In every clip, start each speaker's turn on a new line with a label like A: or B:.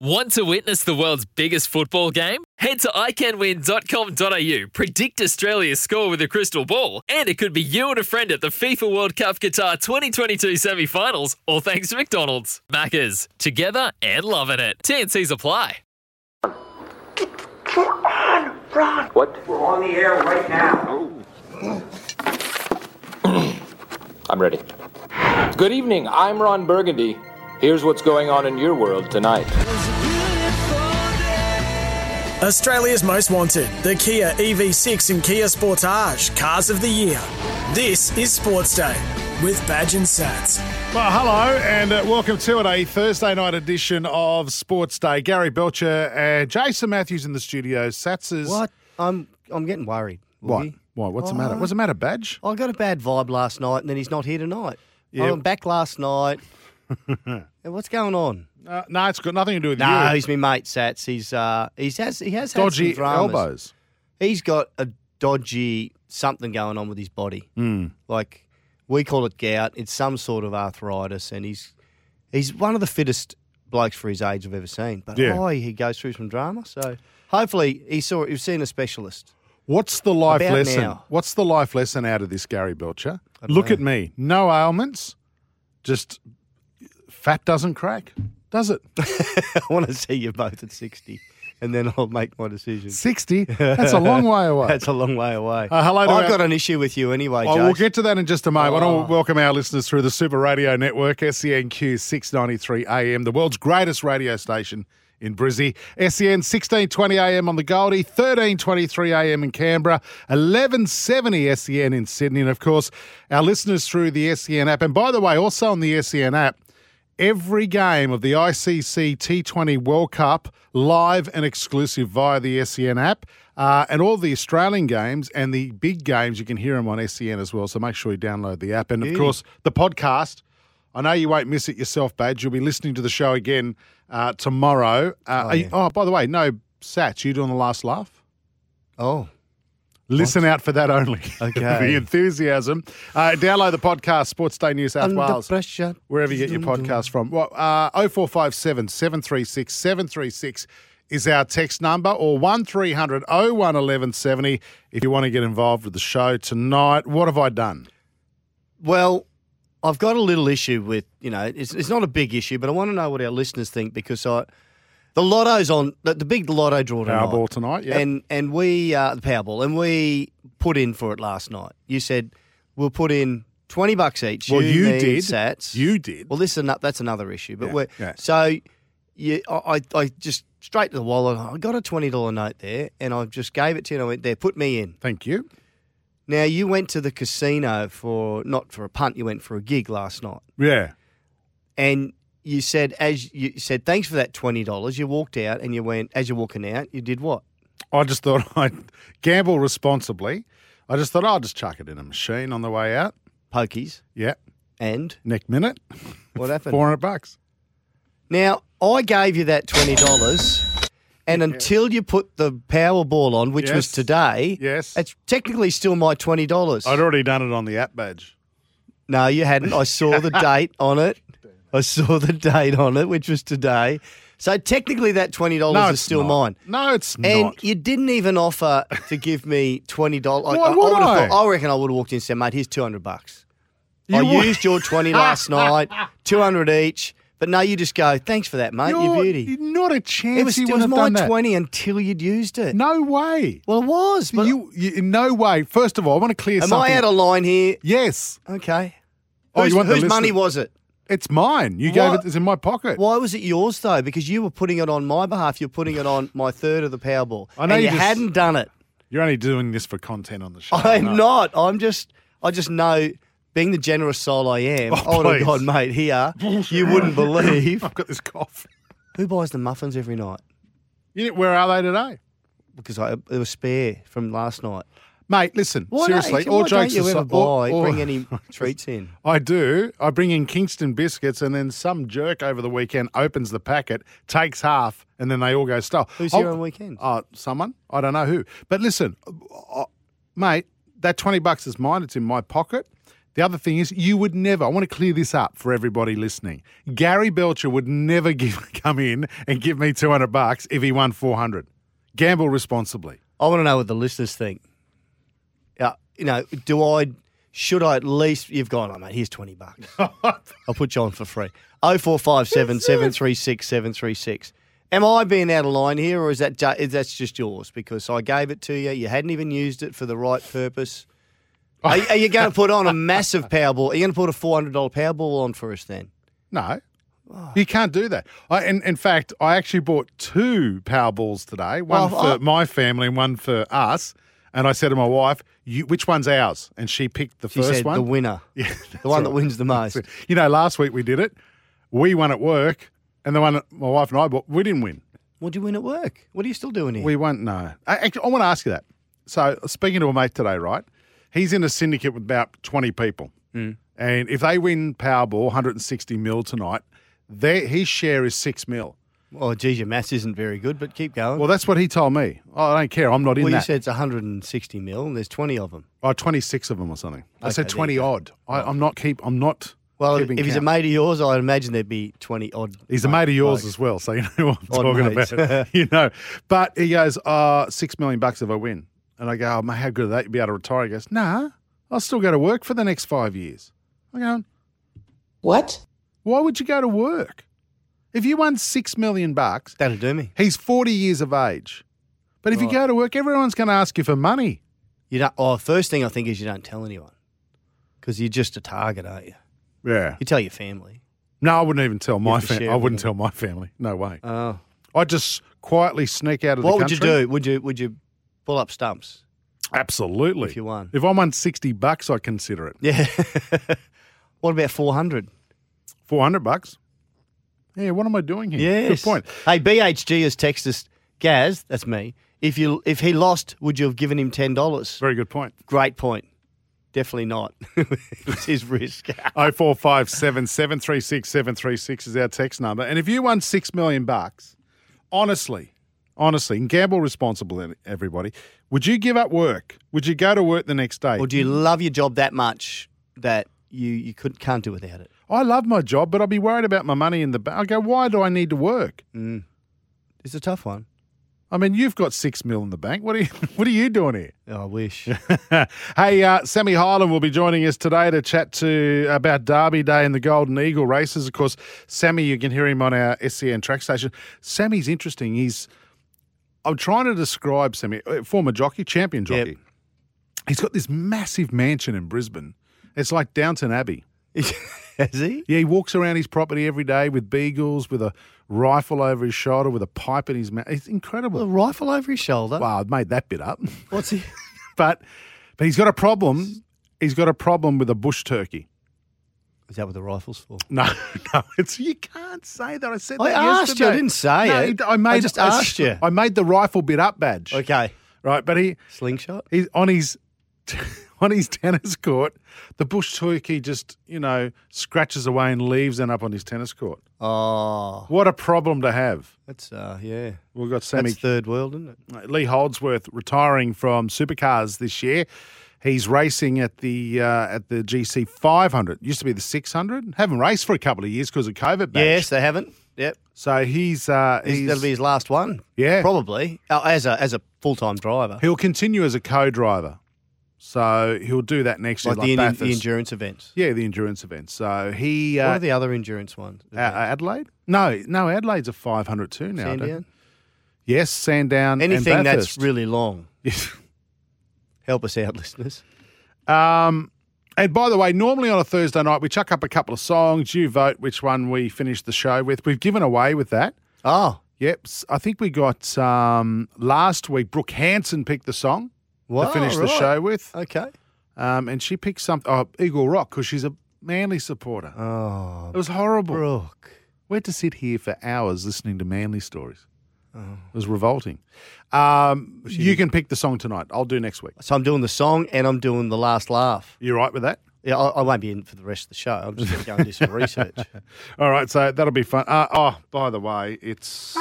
A: Want to witness the world's biggest football game? Head to iCanWin.com.au, predict Australia's score with a crystal ball, and it could be you and a friend at the FIFA World Cup Qatar 2022 semi finals, all thanks to McDonald's. Maccas, together and loving it. TNC's apply.
B: We're on the air right now.
C: I'm ready. Good evening. I'm Ron Burgundy. Here's what's going on in your world tonight.
D: Australia's most wanted, the Kia EV6 and Kia Sportage, cars of the year. This is Sports Day with Badge and Sats.
E: Well, hello and uh, welcome to it, a Thursday night edition of Sports Day. Gary Belcher and Jason Matthews in the studio. Sats's.
F: What? I'm I'm getting worried.
E: What?
F: Woogie. Oh,
E: Why? What's the matter? What's the matter, Badge?
F: I got a bad vibe last night, and then he's not here tonight.
E: Yeah.
F: I went back last night. Hey, What's going on?
E: Uh, no, it's got nothing to do with
F: No,
E: you.
F: he's my mate, Sats. He's uh, he's has he has had
E: Dodgy
F: some dramas.
E: elbows.
F: He's got a dodgy something going on with his body.
E: Hmm.
F: Like we call it gout. It's some sort of arthritis, and he's he's one of the fittest blokes for his age I've ever seen. But
E: Yeah.
F: oh, he goes through some drama. So hopefully he saw he's seen a specialist.
E: What's the life
F: About
E: lesson?
F: now.
E: What's the life lesson out of this, Gary Belcher? Look at me. No ailments. Just fat doesn't crack, does it?
F: I want to see you both at 60, and then I'll make my decision.
E: 60? That's a long way away.
F: That's a long way away.
E: Uh, hello to
F: I've
E: our-
F: got an issue with you anyway,
E: Oh,
F: Jase.
E: we'll get to that in just a moment. I want to welcome our listeners through the Super Radio Network, E SENQ 693 AM, the world's greatest radio station in Brizzy. E SEN 1620 AM on the Goldie, 1323 AM in Canberra, 1170 SEN E in Sydney, and of course, our listeners through the SEN app. And by the way, also on the SEN app, every game of the ICC T20 World Cup live and exclusive via the SEN app. Uh, and all the Australian games and the big games, you can hear them on SEN as well. So make sure you download the app. And of course, the podcast. I know you won't miss it yourself, Badge. You'll be listening to the show again uh, tomorrow. Uh, oh, you, oh, by the way, no, Sats, you doing the last laugh?
F: Oh,
E: Listen out for that only.
F: Okay.
E: the enthusiasm. Uh, download the podcast, Sports Day New South
F: under
E: Wales
F: pressure.
E: wherever you get your podcast from. Well, uh, 0457 736 736 is our text number or 1300 01 1170 if you want to get involved with the show tonight. What have I done?
F: Well, I've got a little issue with you know it's, it's not a big issue, but I want to know what our listeners think because I the lotto's on the, the big lotto draw tonight.
E: Powerball tonight, yeah.
F: and and we uh, the Powerball and we put in for it last night. You said we'll put in twenty bucks each.
E: Well, you
F: me,
E: did.
F: Sats.
E: You did.
F: Well, this is ano- that's another issue. But
E: Yeah,
F: we're,
E: yeah.
F: so you, I, I- I just straight to the wallet. I got a twenty dollar note there, and I just gave it to you. and I went there, put me in.
E: Thank you.
F: Now you went to the casino for not for a punt. You went for a gig last night,
E: Yeah.
F: and you said as you said thanks for that twenty dollars. You walked out, and you went as you're walking out. You did what?
E: I just thought I'd gamble responsibly. I just thought I'll just chuck it in a machine on the way out.
F: Pokies
E: Yeah.
F: and
E: Next minute,
F: what happened?
E: 400 bucks.
F: Now, I gave you that twenty dollars, and until you put the Powerball on, which was
E: Yes.
F: today,
E: Yes.
F: it's technically still my twenty dollars.
E: I'd already done it on the app badge.
F: No, you hadn't. I saw the date on it. I saw the date on it, which was today. So technically, that twenty dollars is
E: it's
F: still
E: not.
F: mine.
E: No, it's
F: And
E: not.
F: you didn't even offer to give me twenty dollars.
E: Why
F: I,
E: would
F: would've
E: I?
F: Thought, I reckon I would have walked in and said, "Mate, here's two hundred bucks. I
E: You would-
F: used your twenty last night, two hundred each." But no, you just go, "Thanks for that, mate. Your
E: You're-
F: beauty."
E: Not a chance.
F: It was,
E: you
F: it
E: would
F: was
E: have
F: my
E: done that.
F: twenty until you'd used it.
E: No way.
F: Well, it was. But
E: you, you, in no way. First of all, I want to clear
F: am
E: something.
F: I out of line here?
E: yes.
F: Okay.
E: Oh,
F: whose
E: you want the
F: whose
E: list
F: money
E: of- Uh,
F: was it?
E: It's mine. You gave
F: What?
E: it. It's in my pocket.
F: Why was it yours though? Because you were putting it on my behalf. You're putting it on my third of the Powerball.
E: I know
F: and
E: you
F: you,
E: just-
F: hadn't done it.
E: You're only doing this for content on the show.
F: I'm
E: No.
F: not. I'm just. I just know. Being the generous soul I am,
E: Oh,
F: oh, my
E: please.
F: God, mate, here you wouldn't believe.
E: I've got this cough.
F: Who buys the muffins every night?
E: You know, where are they today?
F: Because I there was spare from last night.
E: Mate, listen, seriously,
F: don't,
E: all
F: why
E: jokes
F: don't you ever
E: aside,
F: buy
E: all- all-
F: bring any treats in?
E: I do. I bring in Kingston biscuits, and then some jerk over the weekend opens the packet, takes half, and then they all go stale.
F: Who's
E: I'll-
F: here on weekends?
E: Uh, someone. I don't know who. But listen, uh, mate, that 20 bucks is mine. It's in my pocket. The other thing is, you would never, I want to clear this up for everybody listening. Gary Belcher would never give, come in and give me 200 bucks if he won 400. Gamble responsibly.
F: I want to know what the listeners think. Uh, you know, do I, should I at least, you've gone, oh, mate, here's 20 bucks. I'll put you on for free. 0457 736 736. Am I being out of line here or is that ju- is that's just yours? Because I gave it to you, you hadn't even used it for the right purpose. Are, are you going to put on a massive Powerball? Are you going to put a $400 Powerball on for us then?
E: No.
F: Oh.
E: You can't do that. I, in, in fact, I actually bought two Powerballs today, one
F: Well,
E: for
F: I-
E: my family and one for us. And I said to my wife, you, which one's ours? And she picked the
F: She
E: first
F: said
E: one.
F: the winner.
E: Yeah,
F: the one
E: that's
F: that wins the most.
E: You know, last week we did it. We won at work, and the one that my wife and I bought, we didn't win.
F: What do you win at work? What are you still doing here?
E: We won, no. I, actually, I want to ask you that. So, speaking to a mate today, right? He's in a syndicate with about 20 people.
F: Mm.
E: And if they win Powerball, 160 mil tonight, their, his share is 6 mil.
F: oh, geez, your maths isn't very good, but keep going.
E: Well, that's what he told me. Oh, I don't care. I'm not in
F: Well, you
E: that.
F: said it's 160 mil, and there's 20 of them.
E: oh, 26 of them or something. I
F: Okay,
E: said
F: there
E: 20
F: you go.
E: odd. I, I'm not keep. I'm not.
F: Well, if
E: keeping
F: he's a
E: count.
F: mate of yours, I'd imagine there'd be 20 odd.
E: He's a mate of yours
F: blokes.
E: as well, so you know what I'm
F: Odd
E: talking
F: mates.
E: about. you know, but he goes, uh, six million bucks if I win," and I go, "Oh, mate, how good are that? You'd be able to retire." He goes, "Nah, I'll still go to work for the next five years." I'm going,
G: What?
E: "Why would you go to work if you won six million bucks?"
F: That'll do me.
E: He's forty years of age, but if you go to work, everyone's going to ask you for money.
F: You don't, oh, first thing I think is you don't tell anyone because you're just a target, aren't you?
E: Yeah.
F: You tell your family.
E: No, I wouldn't even tell my
F: have to
E: family.
F: share
E: I
F: with
E: wouldn't
F: them.
E: tell my family. No way.
F: Oh.
E: I'd just quietly sneak out of
F: What
E: the
F: would you
E: country.
F: do? Would you would you pull up stumps?
E: Absolutely.
F: if you won?
E: If I won 60 bucks, I'd consider it.
F: Yeah. what about 400?
E: Hmm. 400 bucks? Yeah, what am I doing here? Good
F: Yes.
E: point.
F: Hey, BHG has texted us, Gaz, that's me. If you if he lost, would you have given him $10?
E: Very good point.
F: Great point. Definitely not. it's his risk.
E: 0457 736 736 is our text number. And if you won 6 million bucks, honestly, honestly, and gamble responsibly, everybody, would you give up work? Would you go to work the next day?
F: Or do you love your job that much that you, you could, can't do without it?
E: I love my job, but I'd be worried about my money in the bank. I go, why do I need to work?
F: It's a tough one.
E: I mean, you've got six mil in the bank. What are you, what are you doing here?
F: Oh, I wish.
E: hey, uh, Sammy Highland will be joining us today to chat to about Derby Day and the Golden Eagle races. Of course, Sammy, you can hear him on our SEN track station. Sammy's interesting. He's I'm trying to describe Sammy, uh, former jockey, champion
F: Yep.
E: jockey. He's got this massive mansion in Brisbane. It's like Downton Abbey.
F: Has he?
E: Yeah, he walks around his property every day with beagles, with a rifle over his shoulder, with a pipe in his mouth. It's
F: A
E: incredible.
F: rifle over his shoulder.
E: Wow, I made that bit up.
F: What's he?
E: but but he's got a problem. He's got a problem with a bush turkey.
F: Is that what the rifle's for?
E: No, no, it's you can't say that. I said
F: I
E: that
F: asked you, I
E: yesterday.
F: didn't say
E: No,
F: it.
E: I made
F: I just asked you.
E: I made the rifle bit up badge.
F: Okay.
E: Right, but he
F: Slingshot?
E: he's on his on his tennis court. The bush turkey just you know scratches away and leaves and up on his tennis court.
F: Oh,
E: What a problem to have.
F: that's, uh, yeah.
E: We've got Sammy
F: That's third world, isn't it?
E: Lee Holdsworth retiring from supercars this year. He's racing at the uh, at the GC 500. Used to be the 600. Haven't raced for a couple of years because of COVID. Badge.
F: Yes, they haven't. Yep.
E: So he's uh,
F: He's-
E: he's,
F: that'll be his last one.
E: Yeah.
F: Probably. Oh, as a as a full time driver.
E: he'll continue as a co-driver. So he'll do that next
F: Like, the,
E: year, like
F: in, the
E: Bathurst.
F: endurance events.
E: yeah, the endurance event. So he uh,
F: What are the other endurance ones?
E: A- Adelaide? No, no, Adelaide's a 500 too now. I don't-
F: Sandown?
E: Yes, Sandown. and
F: Anything that's
E: Bathurst.
F: really long.
E: Yes.
F: Help us out, listeners.
E: Um, and by the way, normally on a Thursday night, we chuck up a couple of songs. You vote which one we finish the show with. We've given away with that.
F: Oh,
E: Yep. s- I think we got um, last week, Brooke Hanson picked the song
F: wow,
E: to finish the
F: right. Uh,
E: show with.
F: Okay.
E: Um, and she picked something, oh, Eagle Rock, because she's a Manly supporter.
F: Oh,
E: it was horrible.
F: Brooke.
E: We had to sit here for hours listening to manly stories.
F: Oh.
E: It was revolting. Um, you can pick the song tonight. I'll do next week.
F: So I'm doing the song and I'm doing the last laugh.
E: You right with that?
F: Yeah, I, I won't be in for the rest of the show. I'm just going to do some research.
E: All right, so that'll be fun. Uh, oh, by the way, it's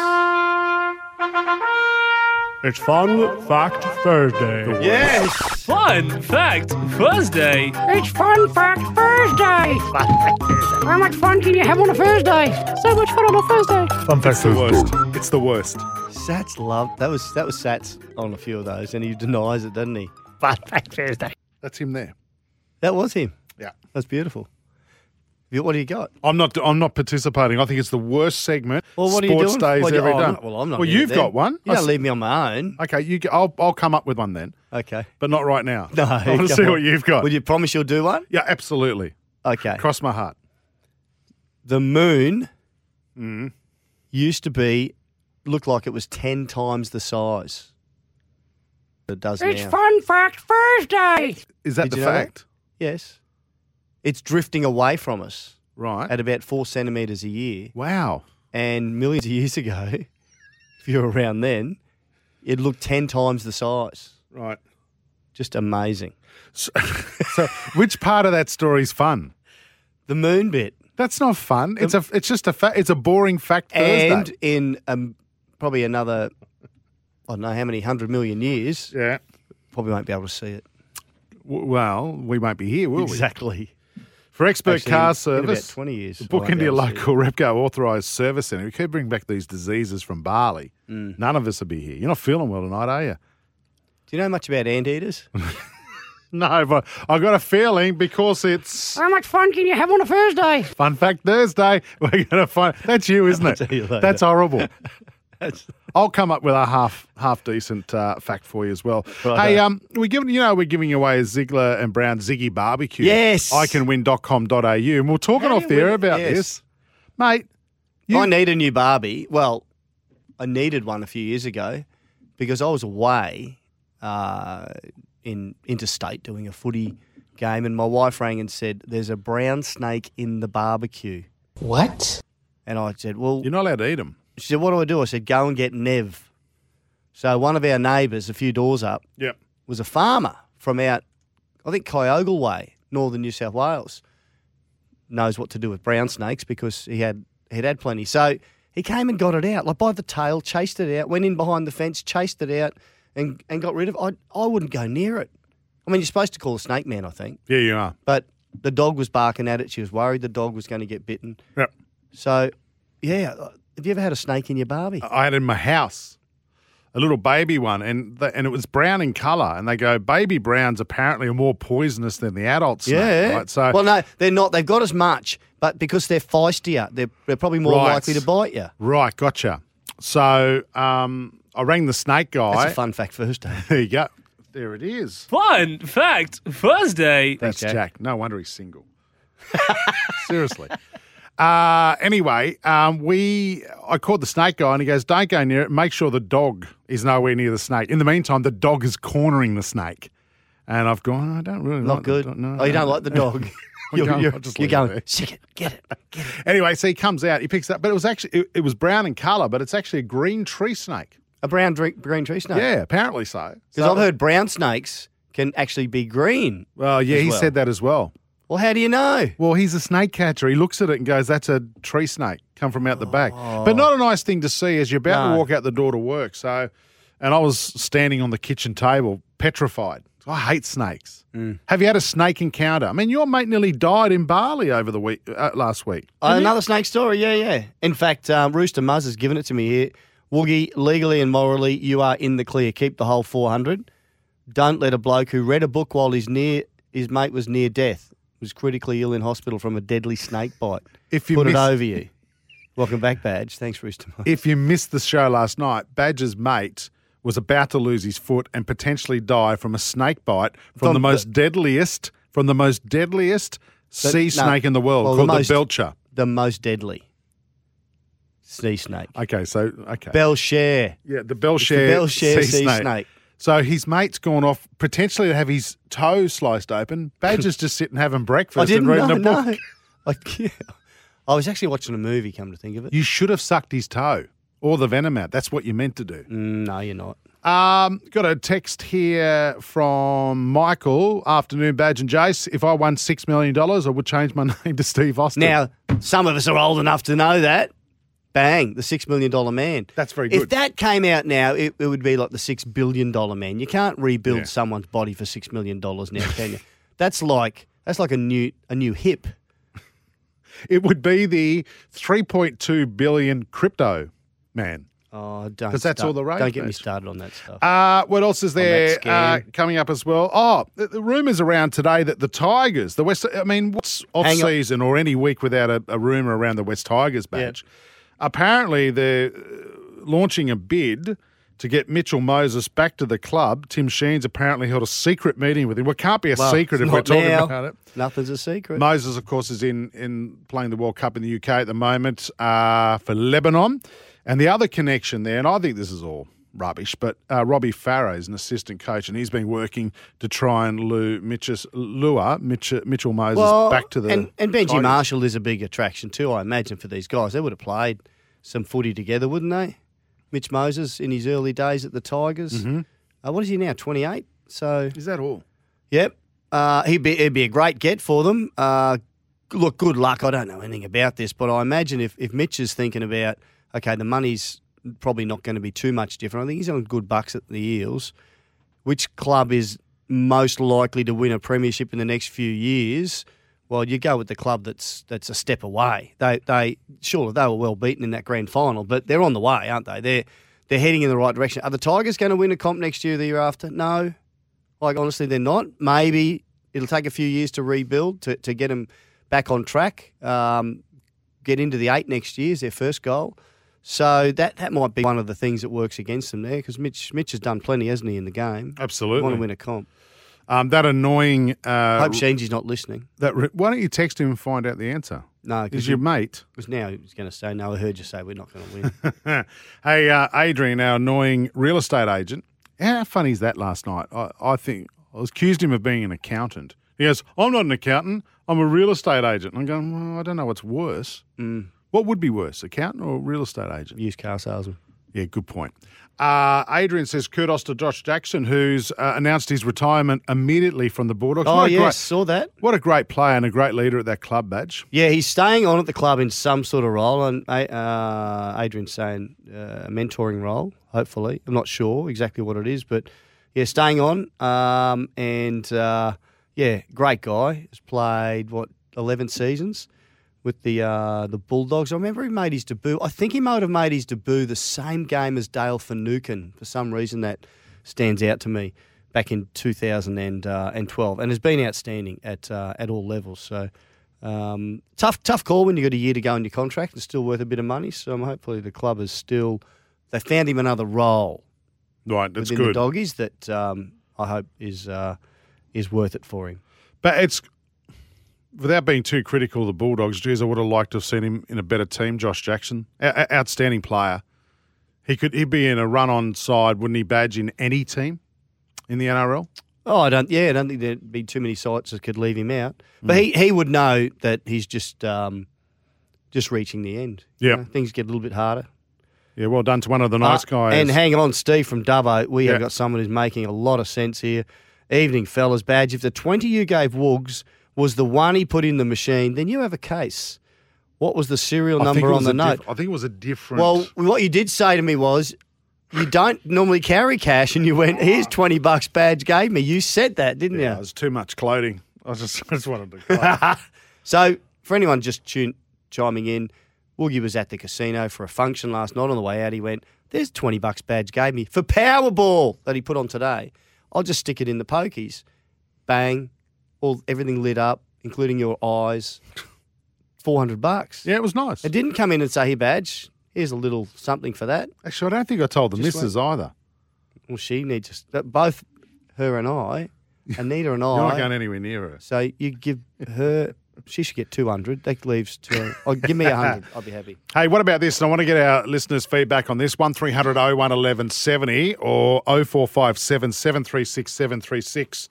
H: It's Fun Fact Thursday.
F: yes!
A: Fun fact Thursday.
H: It's Fun Fact Thursday. How much fun can you have on a Thursday? So much fun on a Thursday. Fun Fact
E: the worst. It's the worst.
F: Sats loved that was that was Sats on a few of those, and he denies it, doesn't he?
H: Fun Fact Thursday.
E: That's him there.
F: That was him.
E: Yeah.
F: That's beautiful. You- What do you got?
E: I'm not. I'm not participating. I think it's the worst segment.
F: Well, what
E: Sports
F: are you doing?
E: days
F: What do you-
E: every
F: oh,
E: day.
F: I'm not- well, I'm not.
E: Well,
F: here
E: you've
F: then.
E: got one.
F: You
E: I s-
F: don't leave me on my own.
E: okay, you. go- I'll. I'll come up with one then,
F: Okay.
E: but not right now.
F: No,
E: I want
F: come
E: to see
F: on.
E: what you've got.
F: Would you promise you'll do one?
E: yeah, absolutely.
F: Okay.
E: Cross my heart.
F: the moon used to be looked like it was ten times the size it does
H: It's
F: now.
H: Fun Fact Thursday.
E: Is that
F: Did
E: the
F: you know that?
E: fact?
F: Yes, it's drifting away from us
E: Right.
F: at about four centimeters a year,
E: wow.
F: and millions of years ago, if you were around then, it looked ten times the size.
E: Right.
F: Just amazing.
E: So, which part of that story is fun?
F: The moon bit,
E: That's not fun. It's a. It's just a. Fa- it's a boring fact.
F: and
E: Thursday.
F: in um, probably another, I don't know how many hundred million years,
E: yeah.
F: probably won't be able to see it.
E: W- Well, we won't be here, will we?
F: Exactly.
E: For expert
F: Actually, in-
E: car
F: in
E: service,
F: about 20 years, I
E: Book
F: won't
E: into
F: be
E: your
F: able to see
E: local Repco authorised service centre. We could bring back these diseases from Bali.
F: Mm.
E: None of us will be here. You're not feeling well tonight, are you?
F: Do you know much about anteaters?
E: No, but I got a feeling because it's
H: How much fun can you have on a Thursday?
E: Fun Fact Thursday. We're gonna find that's you, isn't it?
F: tell you later.
E: That's horrible.
F: That's-
E: I'll come up with a half half decent uh, fact for you as well. Hey, um, we're giving you know we're giving away a Ziggler and Brown Ziggy barbecue.
F: Yes.
E: I can win.com.au. and we're talking
F: How
E: off
F: do you
E: there
F: win-
E: about
F: Yes.
E: this, mate. You-
F: I need a new Barbie. Well, I needed one a few years ago because I was away uh, in interstate doing a footy game, and my wife rang and said, "There's a brown snake in the barbecue."
G: What?
F: And I said, "Well,
E: You're not allowed to eat them.
F: she said, what do I do?" I said, "Go and get Nev." So one of our neighbours, a few doors up,
E: Yep.
F: was a farmer from out, I think, Kyogle Way, northern New South Wales. Knows what to do with brown snakes because he had he'd had plenty. So he came and got it out, like by the tail, chased it out, went in behind the fence, chased it out, and, and got rid of it. I, I wouldn't go near it. I mean, you're supposed to call a snake man, I think.
E: Yeah, you are.
F: But the dog was barking at it. She was worried the dog was going to get bitten.
E: Yep.
F: So, yeah. Have you ever had a snake in your barbie?
E: I had in my house a little baby one, and the, and it was brown in color. And they go, baby browns apparently are more poisonous than the adults.
F: Yeah.
E: right. So
F: well, no, they're not. They've got as much, but because they're feistier, they're, they're probably more
E: Right.
F: likely to bite you.
E: right, gotcha. So um, I rang the snake
F: That's
E: guy.
F: a fun fact first day.
E: there you go. There it is.
A: Fun fact Thursday.
E: That's
F: Jack.
E: Jack. No wonder he's single. Seriously. Uh, anyway, um, we I called the snake guy and he goes, "Don't go near it. Make sure the dog is nowhere near the snake." In the meantime, the dog is cornering the snake, and I've gone. I don't really
F: Not
E: like
F: good.
E: The dog. No,
F: oh, you
E: no,
F: don't
E: no."
F: like the dog.
E: I'm
F: you're
E: going-
F: you're,
E: I'll just
F: you're
E: leave it
F: going,
E: there.
F: sick it, get it, get it.
E: Anyway, so he comes out, he picks it up, but it was actually it, it was brown in colour, but it's actually a green tree snake.
F: A brown drink, green tree snake.
E: Yeah, apparently so.
F: Oh. Because
E: So-
F: I've heard brown snakes can actually be green.
E: Well, yeah,
F: as
E: he
F: well.
E: said that as well.
F: Well, how do you know?
E: Well, he's a snake catcher. He looks at it and goes, "That's a tree snake, come from out the back." But not a nice thing to see as you're about to
F: Oh. No.
E: walk out the door to work. So, and I was standing on the kitchen table, petrified. I hate snakes.
F: Mm.
E: Have you had a snake encounter? I mean, your mate nearly died in Bali over the week uh, last week.
F: Uh, another snake story, yeah, yeah. In fact, um, Rooster Muzz has given it to me here. Woogie, legally and morally, you are in the clear. Keep the whole 400. Don't let a bloke who read a book while his near his mate was near death was critically ill in hospital from a deadly snake bite.
E: If you
F: put
E: miss-
F: it over you. Welcome back, Badge. Thanks, Rooster Muzz.
E: If you missed the show last night, Badger's mate was about to lose his foot and potentially die from a snake bite from,
F: From
E: the most
F: the-
E: deadliest from the most deadliest sea
F: no.
E: snake in the world
F: Well, the
E: called the,
F: most-
E: belcher.
F: the most deadly sea snake.
E: Okay, so okay.
F: Bell share.
E: Yeah, the Belshare,
F: Belshare sea snake.
E: So his mate's gone off potentially to have his toe sliced open. Badger's just sitting having breakfast
F: I didn't
E: and reading
F: know,
E: a book.
F: no. I, I was actually watching a movie, come to think of it.
E: You should have sucked his toe or the venom out. That's what you meant to do.
F: Mm, No, you're not.
E: Um, got a text here from Michael. Afternoon, Badge and Jace. If I won $6 million, I would change my name to Steve Austin.
F: Now, some of us are old enough to know that. Bang, the $6 million man.
E: That's very
F: If
E: good.
F: that came out now, it, it would be like the $6 billion man. You can't rebuild
E: Yeah.
F: someone's body for $6 million now, can you? That's like that's like a new a new hip.
E: it would be the 3.2 billion crypto man.
F: Oh, don't.
E: 'Cause that's
F: start-
E: all the rage,
F: Don't get me
E: mate.
F: started on that stuff.
E: Uh, what else is there
F: that
E: uh,
F: scam.
E: coming up as well? Oh, the, the rumours around today that the Tigers, the West, I mean, what's off
F: Hang on.
E: season or any week without a, a rumour around the West Tigers badge? Apparently, they're uh, launching a bid to get Mitchell Moses back to the club. Tim Sheen's apparently held a secret meeting with him. Well, it can't be a
F: Well,
E: secret
F: it's
E: if we're
F: not
E: talking
F: now.
E: about it.
F: Nothing's a secret.
E: Moses, of course, is in, in playing the World Cup in the UK at the moment uh, for Lebanon. And the other connection there, and I think this is all rubbish, but uh, Robbie Farrow is an assistant coach, and he's been working to try and lure, Mitches, lure Mitch, Mitchell Moses back to the.
F: and, and Benji
E: Tigers.
F: Marshall is a big attraction too, I imagine, for these guys. They would have played some footy together, wouldn't they? Mitch Moses in his early days at the Tigers.
E: Mm-hmm.
F: Uh, what is he now? Twenty eight. So
E: Is that all?
F: yep, uh, he'd be he'd be a great get for them. Uh, look, good luck. I don't know anything about this, but I imagine if if Mitch is thinking about okay, the money's probably not going to be too much different. I think he's on good bucks at the Eels. Which club is most likely to win a premiership in the next few years? Well, you go with the club that's that's a step away. They they sure they were well beaten in that grand final, but they're on the way, aren't they? They're they're heading in the right direction. Are the Tigers going to win a comp next year, or the year after? No, like honestly, they're not. Maybe it'll take a few years to rebuild to, to get them back on track. Um, get into the eight next year is their first goal. So that, that might be one of the things that works against them there because Mitch Mitch has done plenty, hasn't he, in the game? Want
E: Absolutely.
F: to win a comp.
E: Um, that annoying. Uh,
F: Hope Sheengy's not listening.
E: that, re- why don't you text him and find out the answer?
F: No,
E: Is
F: because
E: your mate.
F: now he's going to say, no, I heard you say we're not going to win.
E: hey, uh, Adrian, our annoying real estate agent. How funny is that last night? I, I think I was accused him of being an accountant. He goes, I'm not an accountant. I'm a real estate agent. I'm going, well, I don't know what's worse.
F: Mm.
E: What would be worse, accountant or real estate agent?
F: Used car salesman.
E: Yeah, good point. Uh, Adrian says kudos to Josh Jackson, who's uh, announced his retirement immediately from the Bulldogs.
F: Oh,
E: What a
F: yes,
E: great-
F: saw that.
E: what a great player and a great leader at that club badge.
F: Yeah, he's staying on at the club in some sort of role, and uh, Adrian's saying uh, a mentoring role, hopefully. I'm not sure exactly what it is, but yeah, staying on. Um, and uh, yeah, great guy. Has played what 11 seasons with the uh, the Bulldogs. I remember he made his debut. I think he might have made his debut the same game as Dale Finucane. For some reason, that stands out to me. Back in 2012, and has been outstanding at uh, at all levels. So, um, tough, tough call when you got a year to go in your contract. It's still worth a bit of money, so um, hopefully the club is still. They found him another role
E: Right, that's
F: within
E: good.
F: the doggies that um, I hope is uh, is worth it for him.
E: But it's without being too critical of the Bulldogs. Geez, I would have liked to have seen him in a better team. Josh Jackson, o- o- outstanding player. He could he'd be in a run-on side, wouldn't he? Badge in any team in the NRL.
F: Oh, I don't. Yeah, I don't think there'd be too many sites that could leave him out. But
E: Mm.
F: he, he would know that he's just um, just reaching the end. you
E: Yeah.
F: know, things get a little bit harder.
E: Yeah, well done to one of the nice
F: Uh,
E: guys.
F: And hang on, Steve from Dubbo. We
E: Yeah.
F: have got someone who's making a lot of sense here. Evening, fellas. Badge. If the 20 you gave Woogs was the one he put in the machine, then you have a case. What was the serial
E: I think
F: number
E: it
F: on
E: was
F: the
E: a diff-
F: note?
E: I think it was a different.
F: well, what you did say to me was, you don't normally carry cash, and you went, here's 20 bucks Badge gave me. You said that, didn't
E: yeah, it
F: you?
E: was too much clothing. I just I just wanted to. gloat.
F: So, for anyone just tune, chiming in, Woogie was at the casino for a function last night. On the way out, he went, There's 20 bucks badge gave me for Powerball that he put on today. I'll just stick it in the pokies. Bang, all everything lit up, including your eyes. 400 bucks.
E: yeah, it was nice.
F: It didn't come in and say, Hey, badge, here's a little something for that.
E: Actually, I don't think I told the
F: Just
E: missus either.
F: Well, she needs us, that- both her and I, Anita and I.
E: You're not going anywhere near her.
F: so you give her, she should get 200. That leaves to, oh, give me 100. I'll be happy.
E: Hey, what about this? And I want to get our listeners' feedback on this. 1300 01 1170 or 0457 736 736.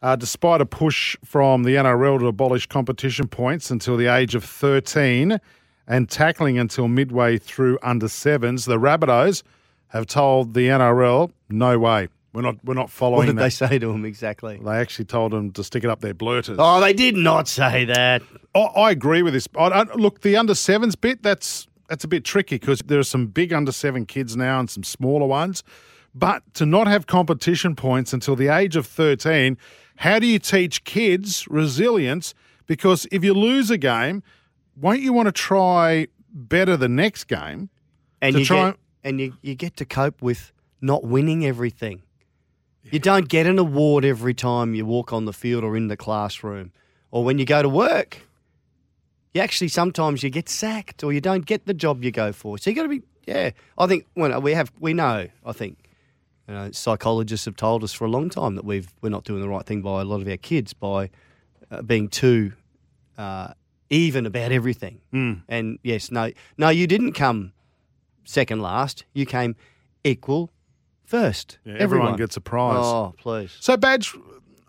E: Uh, despite a push from the NRL to abolish competition points until the age of 13 and tackling until midway through under sevens, the Rabbitohs have told the NRL, no way. We're not, we're not following
F: What did
E: that.
F: they say to him exactly?
E: They actually told them to stick it up their blurters.
F: Oh, they did not say that.
E: I, I agree with this. I, I, look, the under sevens bit that's that's a bit tricky because there are some big under seven kids now and some smaller ones. But to not have competition points until the age of thirteen, how do you teach kids resilience? Because if you lose a game, won't you want to try better the next game?
F: And
E: to
F: you
E: try
F: get, and you, you get to cope with not winning everything. You don't get an award every time you walk on the field or in the classroom or when you go to work. You actually sometimes you get sacked or you don't get the job you go for. So you got to be yeah. I think when we have we know I think you know psychologists have told us for a long time that we've we're not doing the right thing by a lot of our kids by uh, being too uh, even about everything.
E: Mm.
F: And yes, no, no, you didn't come second last. You came equal first.
E: Yeah, everyone gets a prize.
F: Oh, please.
E: So, Badge,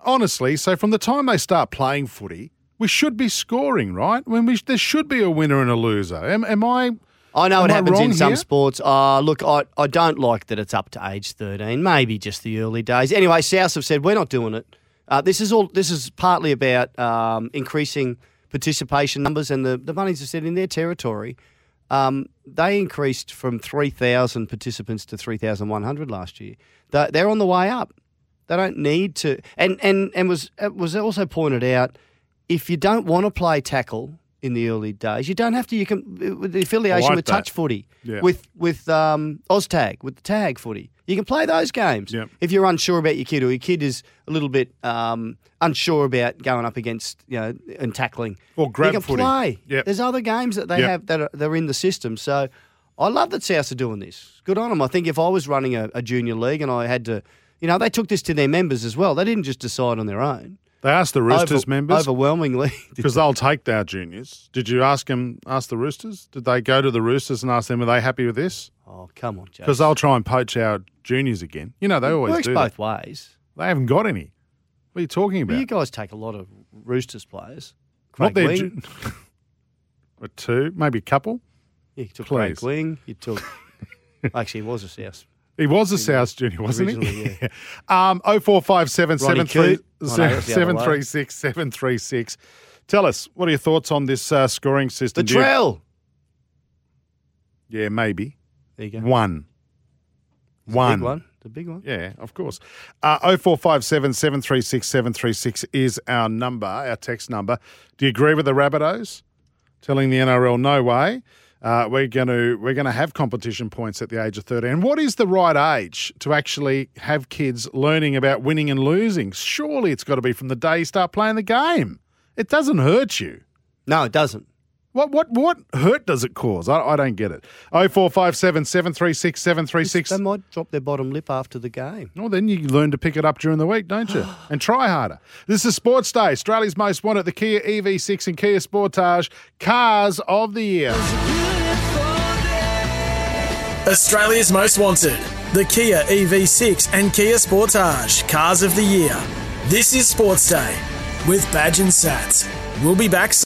E: honestly, so from the time they start playing footy, we should be scoring, right? When we there should be a winner and a loser. Am, am I?
F: I know
E: am
F: it happens
E: wrong
F: in some
E: here?
F: sports. Uh, look, I, I don't like that it's up to age 13, maybe just the early days. Anyway, South have said, we're not doing it. Uh, this is all. This is partly about um, increasing participation numbers, and the, the monies are said in their territory. Um, they increased from 3,000 participants to 3,100 last year. They- They're on the way up. They don't need to. And and and was it was also pointed out if you don't want to play tackle in the early days, you don't have to. You can with the affiliation
E: like
F: with
E: that.
F: touch footy,
E: Yeah.
F: with with um, OzTag, with the tag footy. You can play those games
E: Yep.
F: if you're unsure about your kid, or your kid is a little bit um, unsure about going up against you know and tackling.
E: Or grab
F: you can
E: footy.
F: play.
E: Yep.
F: There's other games that they
E: Yep.
F: have that are, that are in the system. So I love that South are doing this. Good on them. I think if I was running a, a junior league and I had to, you know, they took this to their members as well. They didn't just decide on their own.
E: They asked the Roosters
F: Over-
E: members
F: overwhelmingly.
E: because they'll take their juniors. Did you ask them? Ask the Roosters? Did they go to the Roosters and ask them? Are they happy with this?
F: oh come on, Jase.
E: Because they'll try and poach our juniors again. You know they always
F: works
E: do.
F: both
E: That.
F: ways.
E: They haven't got any. What are you talking
F: But
E: about?
F: you guys take a lot of Roosters players. Craig
E: Not their
F: Wing.
E: ju- or two, maybe a couple.
F: you took
E: Please.
F: Craig Wing. You took. Actually, it was a South.
E: He was a South junior, wasn't
F: Originally,
E: he? um, 0457
F: Ronnie Coote. I know, that's the other
E: 736 736. Tell us, what are your thoughts on this uh, scoring
F: The
E: system? Do you-
F: Trell.
E: Yeah, maybe.
F: There you go.
E: One.
F: Big one. The big one.
E: Yeah, of course. Uh, 0457 736 736 is our number, our text number. Do you agree with the Rabbitohs telling the NRL no way? Uh, we're going to we're going to have competition points at the age of 13. And what is the right age to actually have kids learning about winning and losing? Surely it's got to be from the day you start playing the game. It doesn't hurt you.
F: No, it doesn't.
E: What what what hurt does it cause? I, I don't get it. 0457 736 736.
F: They might drop their bottom lip after the game.
E: Well, then you learn to pick it up during the week, don't you? And try harder. This is Sports Day, Australia's most wanted, the Kia EV6 and Kia Sportage Cars of the Year.
D: Australia's most wanted. The Kia EV6 and Kia Sportage Cars of the Year. This is Sports Day with Badge and Sats. We'll be back soon.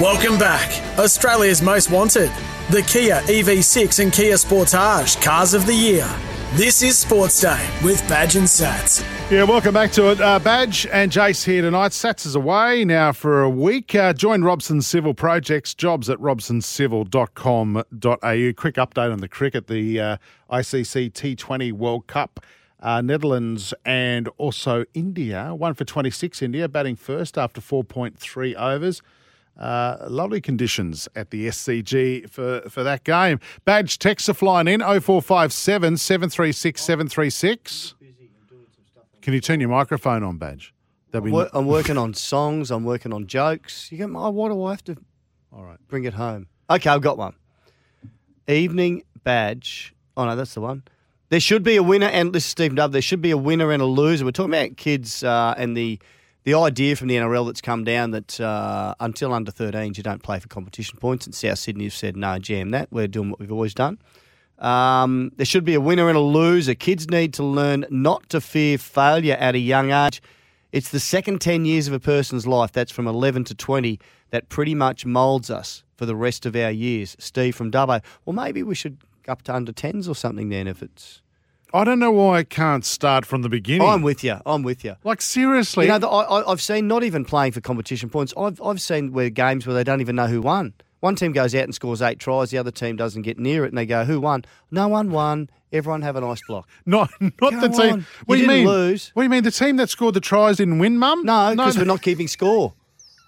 D: Welcome back. Australia's most wanted. The Kia EV6 and Kia Sportage Cars of the Year. This is Sports Day with Badge and Sats.
E: Yeah, welcome back to it. Uh, Badge and Jace here tonight. Sats is away now for a week. Uh, join Robson Civil Projects, jobs at robsoncivil.com.au. Quick update on the cricket, the uh, ICC T20 World Cup. Uh, Netherlands and also India. One for 26, India batting first after 4.3 overs. Uh, lovely conditions at the SCG for, for that game. Badge texts are flying in 0457 736 736. Can you turn your microphone on, Badge? That'd be
F: Wor- I'm working on songs. I'm working on jokes. You get my. Why do I have to? All right. Bring it home. Okay, I've got one. Evening badge. Oh no, that's the one. There should be a winner, and this is Stephen Dove. There should be a winner and a loser. We're talking about kids uh, and the the idea from the NRL that's come down that uh, until under 13s you don't play for competition points. And South Sydney have said no, jam that. We're doing what we've always done. Um, there should be a winner and a loser. Kids need to learn not to fear failure at a young age. It's the second 10 years of a person's life, that's from 11 to 20, that pretty much moulds us for the rest of our years. Steve from Dubbo. Well, maybe we should go up to under 10s or something then if it's.
E: I don't know why I can't start from the beginning.
F: I'm with you. I'm with you.
E: Like, seriously.
F: You know, the, I, I- I've seen not even playing for competition points. I've I've seen where games where they don't even know who won. One team goes out and scores eight tries, the other team doesn't get near it, and they go, "Who won? No one won. Everyone have an ice block."
E: Not not the
F: Go
E: team.
F: on.
E: What
F: You
E: do you
F: didn't
E: mean?
F: lose.
E: What do you mean? The team that scored the tries didn't win, Mum?
F: No, because we're not keeping score.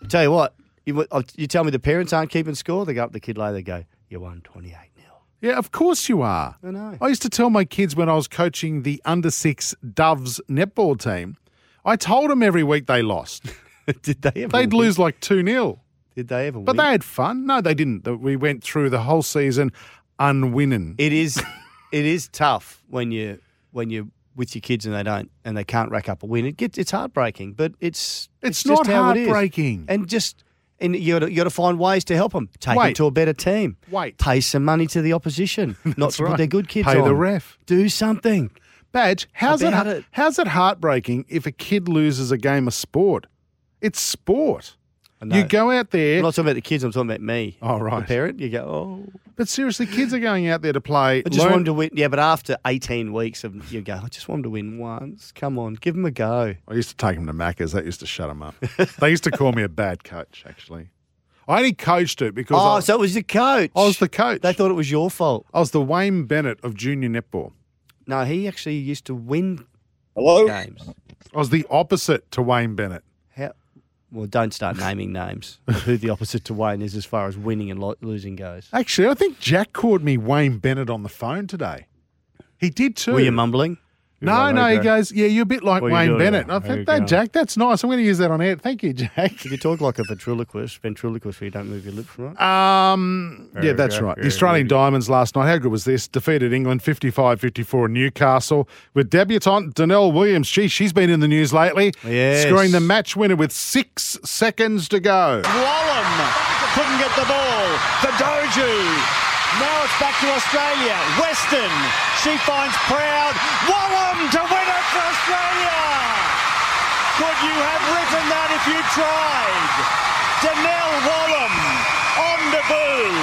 F: I tell you what, you, w- I'll- you tell me the parents aren't keeping score. They go up to the kid later, they go, "You won twenty eight nil."
E: Yeah, of course you are.
F: I know.
E: I used to tell my kids when I was coaching the under six Doves netball team, I told them every week they lost.
F: Did they ever?
E: They'd
F: win?
E: lose like 2 0.
F: Did they ever?
E: But
F: win?
E: they had fun. No, they didn't. We went through the whole season unwinning.
F: It is it is tough when you when you're with your kids and they don't and they can't rack up a win. It gets it's heartbreaking, but it's
E: It's
F: just
E: not
F: how it is.
E: heartbreaking.
F: And just and you got you got to find ways to help them. Take them
E: Wait.
F: to a better team.
E: Wait.
F: Pay some money to the opposition, not
E: That's
F: to put
E: right.
F: their good kids
E: Pay the
F: on.
E: ref.
F: Do something.
E: Badge, how's it,
F: About it.
E: how's it heartbreaking if a kid loses a game of sport? It's sport.
F: I know.
E: You go out there.
F: I'm not talking about the kids. I'm talking about me.
E: Oh,
F: The
E: right.
F: parent. You go. Oh.
E: But seriously, kids are going out there to play.
F: I just
E: learn-
F: want 'em to win. Yeah, but after 18 weeks of you go, I just want 'em to win once. Come on, give them a go.
E: I used to take them to Macca's. That used to shut them up. they used to call me a bad coach, actually. I only coached it because
F: Oh,
E: I,
F: so it was the coach.
E: I was the coach.
F: They thought it was your fault.
E: I was the Wayne Bennett of junior netball.
F: No, he actually used to win games.
E: I was the opposite to Wayne Bennett.
F: How, well, don't start naming names. of Who the opposite to Wayne is as far as winning and lo- losing goes.
E: Actually, I think Jack called me Wayne Bennett on the phone today. He did too.
F: Were you mumbling?
E: No, no, he goes, yeah, you're a bit like
F: What you
E: Wayne
F: doing?
E: Bennett. And I
F: There
E: thought,
F: you
E: no,
F: go.
E: Jack, that's nice. I'm going to use that on air. Thank you, Jack.
F: If you talk like a ventriloquist, ventriloquist, where you don't move your lips, right?
E: Um, yeah, that's right. The Australian Diamonds last night. How good was this? Defeated England 55 54 in Newcastle with debutante Danelle Williams. She, she's been in the news lately.
F: Yes.
E: Scoring the match winner with six seconds to go.
I: Wallum couldn't get the ball. The Doju. Now it's back to Australia. Weston. She finds Proud. Wallum to win it for Australia. Could you have written that if you tried? Danelle Wallum on debut.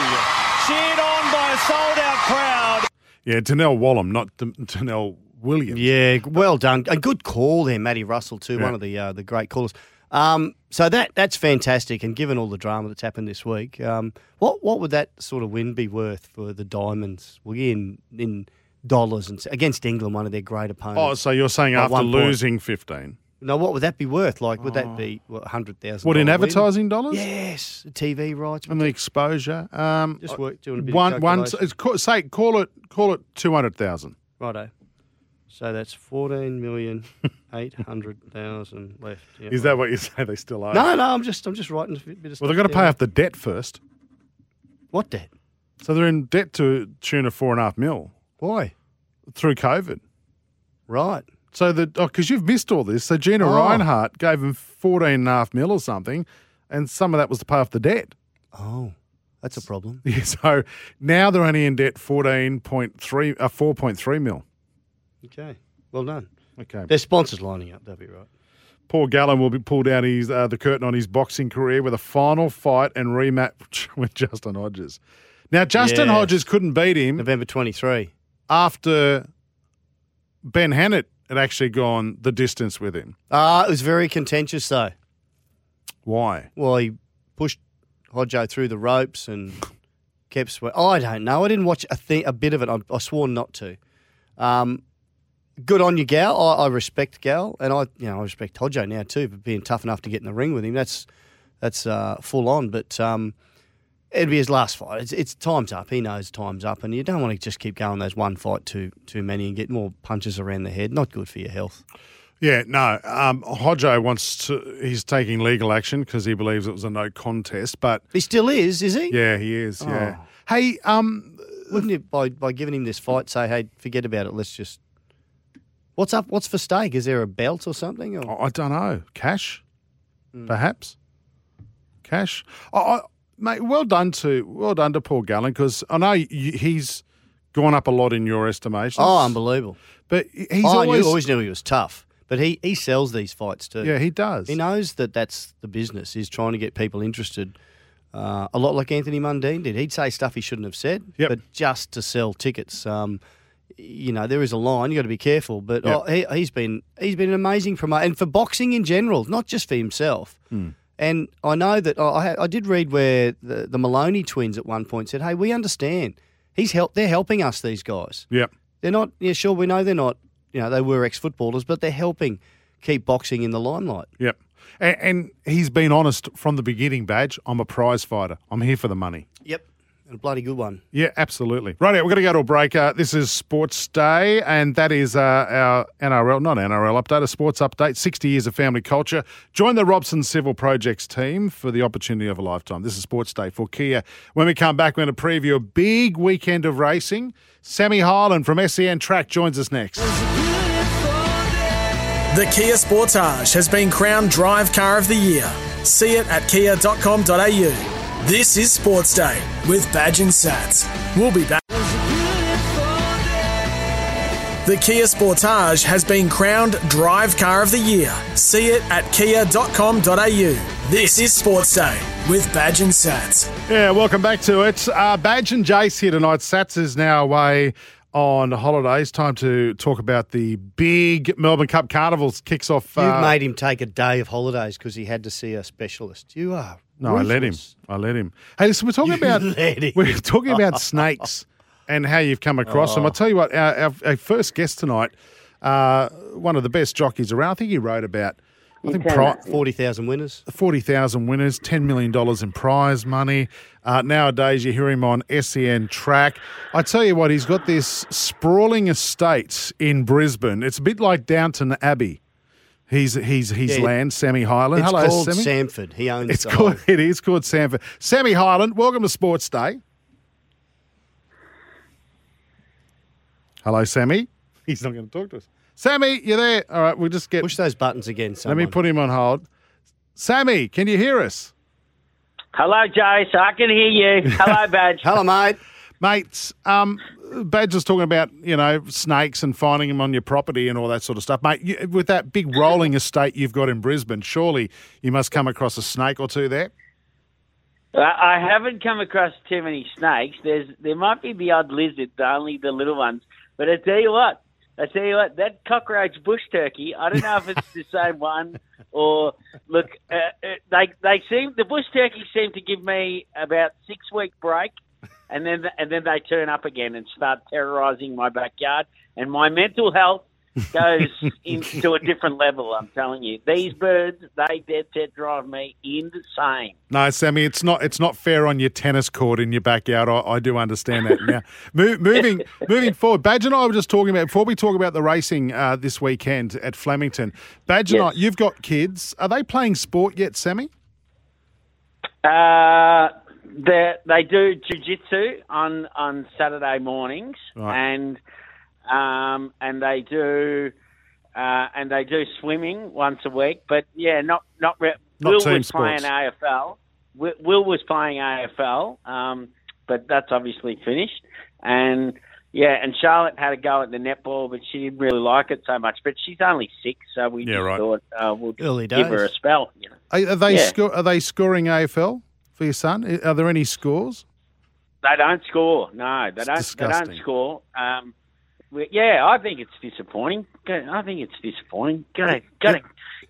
I: Cheered on by a sold-out crowd.
E: Yeah, Danelle Wallum, not D- Danelle Williams.
F: Yeah, well done. A good call there, Matty Russell too.
E: Yeah.
F: One of the uh, the great callers. Um, so that that's fantastic. And given all the drama that's happened this week, um, what what would that sort of win be worth for the Diamonds? Well, yeah, in in dollars and s- against England, one of their great
E: Oh,
F: opponents.
E: so you're saying
F: By
E: after
F: one point.
E: losing 15?
F: now, what would that be worth? Like, would that be what hundred thousand?
E: Oh. What, in advertising dollars?
F: Yes, TV rights.
E: And the exposure. Um,
F: Just work- doing a bit of
E: one, one,
F: calculation.
E: it's, ca- say, call it, call it 200,000.
F: Righto. So that's fourteen million eight hundred thousand left. Yeah,
E: Is that what you say they still are?
F: No, no. I'm just I'm just writing a bit of.
E: Well, they've got to pay
F: up.
E: off the debt first.
F: What debt?
E: So they're in debt to tune of four and a half mil
F: Why?
E: through COVID.
F: Right.
E: So the oh, because you've missed all this. So Gina
F: Oh.
E: Reinhart gave them fourteen and a half mil or something, and some of that was to pay off the debt.
F: Oh, that's a problem.
E: Yeah, so now they're only in debt fourteen point three, uh, four point three mil.
F: Okay. Well done.
E: Okay,
F: Their sponsors lining up. That'll be right.
E: Paul Gallen will be pulled out his uh, the curtain on his boxing career with a final fight and rematch with Justin Hodges. Now Justin
F: Yes.
E: Hodges couldn't beat him
F: November 23.
E: after Ben Hannett had actually gone the distance with him.
F: Ah, it was very contentious though.
E: Why?
F: Well, he pushed Hodjo through the ropes and kept. Swe- oh, I don't know. I didn't watch a thing, a bit of it. I, I swore not to. Um, good on you, Gal. I, I respect Gal, and I, you know, I respect Hodjo now too for being tough enough to get in the ring with him. That's that's uh, full on. But um, it'd be his last fight. It's, it's time's up. He knows time's up, and you don't want to just keep going those one fight too too many and get more punches around the head. Not good for your health.
E: Yeah, no. Um, Hodjo wants to. He's taking legal action because he believes it was a no contest. But
F: He still is, is he?
E: yeah, he is. Yeah. Hey, um,
F: Wouldn't it by by giving him this fight say, hey, forget about it. Let's just what's up? What's for stake? Is there a belt or something? Or?
E: I don't know. Cash,
F: Hmm.
E: perhaps. Cash. I, I, mate, well done to well done to Paul Gallen because I know y- he's gone up a lot in your estimation.
F: Oh, unbelievable! Oh,
E: But he's
F: I
E: always-
F: knew, always knew he was tough, but he he sells these fights too.
E: Yeah, he does.
F: He knows that that's the business. He's trying to get people interested. Uh, a lot like Anthony Mundine did. He'd say stuff he shouldn't have said, but just to sell tickets. Um, you know, there is a line. You got to be careful. But
E: Yep.
F: oh, he, he's been he's been an amazing promoter, and for boxing in general, not just for himself. And I know that oh, I, had- I did read where the, the Maloney twins at one point said, "Hey, we understand. He's help. They're helping us. These guys.
E: Yep.
F: They're not. Yeah, sure. We know they're not. You know, they were ex-footballers, but they're helping keep boxing in the limelight.
E: Yep. And, and he's been honest from the beginning, Badge. I'm a prize fighter. I'm here for the money.
F: Yep, and a bloody good one.
E: Yeah, absolutely. Right, we're going to go to a break. Uh, this is Sports Day, and that is uh, our NRL, not NRL update, a sports update, 60 years of family culture. Join the Robson Civil Projects team for the opportunity of a lifetime. This is Sports Day for Kia. When we come back, we're going to preview a big weekend of racing. Sammy Highland from SEN Track joins us next.
D: The Kia Sportage has been crowned Drive Car of the Year. See it at kia.com.au. This is Sports Day with Badge and Sats. We'll be back. The Kia Sportage has been crowned Drive Car of the Year. See it at kia.com.au. This is Sports Day with Badge and Sats.
E: Yeah, welcome back to it. Uh, Badge and Jace here tonight. Sats is now away on holidays. Time to talk about the big Melbourne Cup Carnivals kicks off.
F: You
E: uh,
F: made him take a day of holidays because he had to see a specialist. You are
E: No, I let him. I let him. Hey, listen, we're talking about we're talking about snakes and how you've come across them.
F: Oh.
E: I tell you what, our, our, our first guest tonight, uh, one of the best jockeys around. I think he wrote about I think
F: forty thousand winners,
E: forty thousand winners, ten million dollars in prize money. Uh, nowadays, you hear him on SEN track. I tell you what, he's got this sprawling estate in Brisbane. It's a bit like Downton Abbey. He's he's he's
F: Yeah.
E: land, Sammy Highland.
F: It's
E: Hello,
F: called
E: Sammy.
F: Samford. He owns
E: It's
F: the
E: called, it is called Sanford. Sammy Highland, welcome to Sports Day. Hello, Sammy. He's not going to talk to us. Sammy, you there? All right, we'll just get. Push
F: those buttons again,
E: Let me put him on hold. Sammy, can you hear us?
J: Hello, Jace. I can hear you. Hello, Badge.
F: Hello, mate.
E: Mates, um, Badge was talking about, you know, snakes and finding them on your property and all that sort of stuff. Mate, you, with that big rolling estate you've got in Brisbane, surely you must come across a snake or two there.
J: I I haven't come across too many snakes. There's there might be the odd lizard, but only the little ones. But I tell you what, I tell you what, that cockroach bush turkey. I don't know if it's the same one or look. Uh, uh, they they seem the bush turkeys seem to give me about six week break, and then and then they turn up again and start terrorizing my backyard and my mental health. goes into a different level. I'm telling you, these birds they they, they drive me insane.
E: No, Sammy, it's not. It's not fair on your tennis court in your backyard. I, I do understand that. Now, Mo- moving moving forward, Badge and I were just talking about before we talk about the racing uh, this weekend at Flemington. Badge and I,
J: Yes.
E: you've got kids. Are they playing sport yet, Sammy?
J: Uh, they they do jujitsu on on Saturday mornings, and um, and they do uh, and they do swimming once a week. But yeah, not not. Re-
E: Not
J: Will
E: team
J: was playing
E: sports.
J: AFL. Will, Will was playing AFL, um, but that's obviously finished. And yeah, and Charlotte had a go at the netball, but she didn't really like it so much. But she's only six, so we
E: Yeah,
J: just
E: right.
J: thought uh, we'll
E: Early
J: give her a
E: days.
J: spell. You know?
E: Are, are they
J: Yeah.
E: sco- are they scoring AFL for your son? I- Are there any scores?
J: They don't score. No, they don't.
E: It's
J: They
E: disgusting.
J: don't score. Um, we- yeah, I think it's disappointing. Go- I think it's disappointing. Gotta, gotta,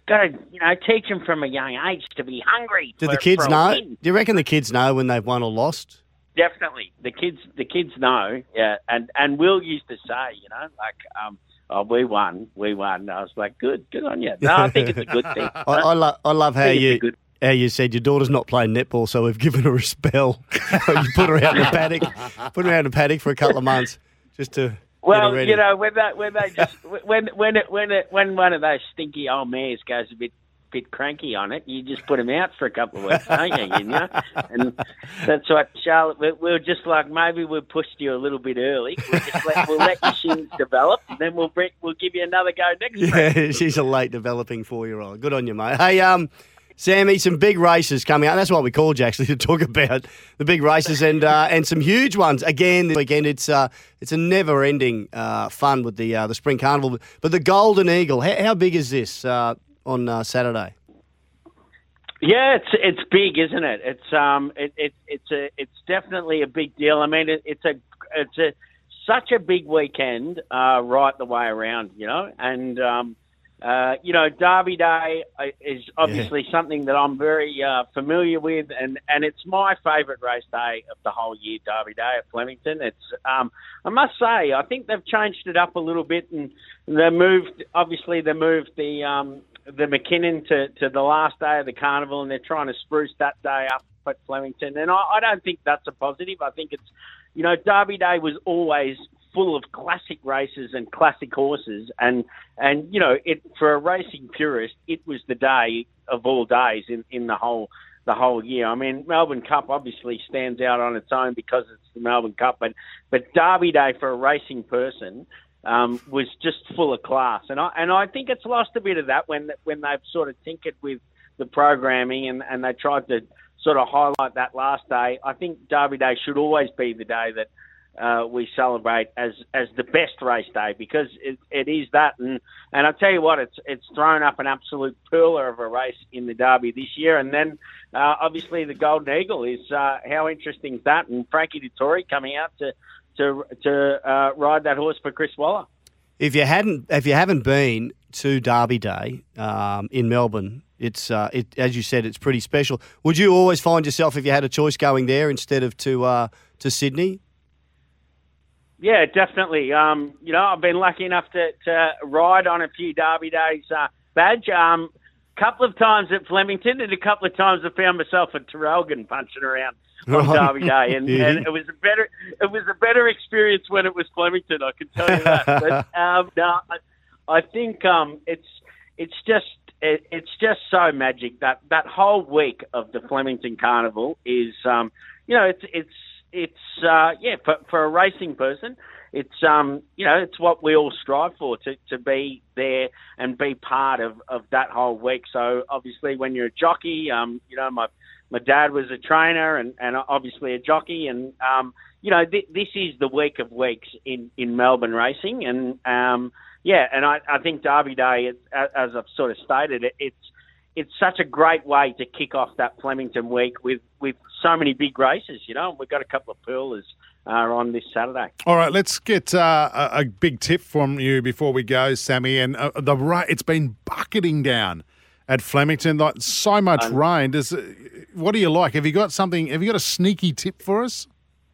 J: gotta. You know, teach them from a young age to be hungry.
F: Do
J: for-
F: the kids
J: for a
F: know?
J: win.
F: Do you reckon the kids know when they've won or lost?
J: Definitely, the kids. The kids know. Yeah, and and Will used to say, you know, like, um, oh, we won, we won. And I was like, good, good on you. No, I think it's a good thing.
F: I, I, lo- I love how
J: Think it's a
F: you how you said your daughter's not playing netball, so we've given her a spell. you put her out in the paddock, put her out in the paddock for a couple of months just to get her
J: Well,
F: ready.
J: you know, when that when they just when when it, when it, when one of those stinky old mares goes a bit bit cranky on it, you just put them out for a couple of weeks, don't you? You know, and that's what Charlotte. We, we were just like maybe we pushed you a little bit early. We'll, just let, we'll let your shins develop, and then we'll bring, we'll give you another go next.
F: Yeah, she's a late developing four year old. Good on you, mate. Hey, um, Sammy, some big races coming up. That's what we called you actually to talk about the big races and uh, and some huge ones again this weekend. It's uh, it's a never ending uh, fun with the uh, the spring carnival. But the Golden Eagle, how, how big is this uh, on uh, Saturday?
J: Yeah, it's it's big, isn't it? It's um, it, it it's a it's definitely a big deal. I mean, it, it's a it's a such a big weekend uh, right the way around, you know. And um, uh, you know, Derby Day uh, is obviously something that I'm very uh, familiar with, and and it's my favourite race day of the whole year, Derby Day at Flemington. It's um, I must say, I think they've changed it up a little bit, and they moved obviously they moved the um, the McKinnon to, to the last day of the carnival, and they're trying to spruce that day up at Flemington. And I, I don't think that's a positive. I think it's, you know, Derby Day was always full of classic races and classic horses, and and you know, it for a racing purist, it was the day of all days in in the whole the whole year. I mean, Melbourne Cup obviously stands out on its own because it's the Melbourne Cup, but but Derby Day for a racing person um, was just full of class, and I and I think it's lost a bit of that when when they've sort of tinkered with the programming and and they tried to sort of highlight that last day. I think Derby Day should always be the day that uh, we celebrate as as the best race day because it, it is that and and I tell you what it's it's thrown up an absolute pearler of a race in the Derby this year and then uh, obviously the Golden Eagle is uh, how interesting is that and Frankie Dettori coming out to to to uh, ride that horse for Chris Waller.
F: If you hadn't, if you haven't been to Derby Day um, in Melbourne, it's uh, it, as you said, it's pretty special. Would you always find yourself if you had a choice going there instead of to uh, to Sydney?
J: Yeah, definitely. Um, you know, I've been lucky enough to, to ride on a few Derby days uh, badge. Um, couple of times at Flemington, and a couple of times I found myself at Terrelgan punching around on
K: Right.
J: Derby Day, and,
K: Yeah.
J: and it was a better it was a better experience when it was Flemington. I can tell you that. but um, no, I, I think um, it's it's just it, it's just so magic that that whole week of the Flemington Carnival is um, you know it's it's it's uh, yeah for, for a racing person it's um you know it's what we all strive for to, to be there and be part of, of that whole week. So obviously when you're a jockey, um you know my my dad was a trainer and, and obviously a jockey and um you know th- this is the week of weeks in in Melbourne racing and um yeah and I, I think Derby Day it, a- as I've sort of stated it, it's it's such a great way to kick off that Flemington week with with so many big races. You know we've got a couple of pearlers uh, on this Saturday.
E: All right, let's get uh, a, a big tip from you before we go, Sammy. And uh, the ra- it's been bucketing down at Flemington, like so much
J: Um,
E: rain. Does uh, what do you like? Have you got something? Have you got a sneaky tip for us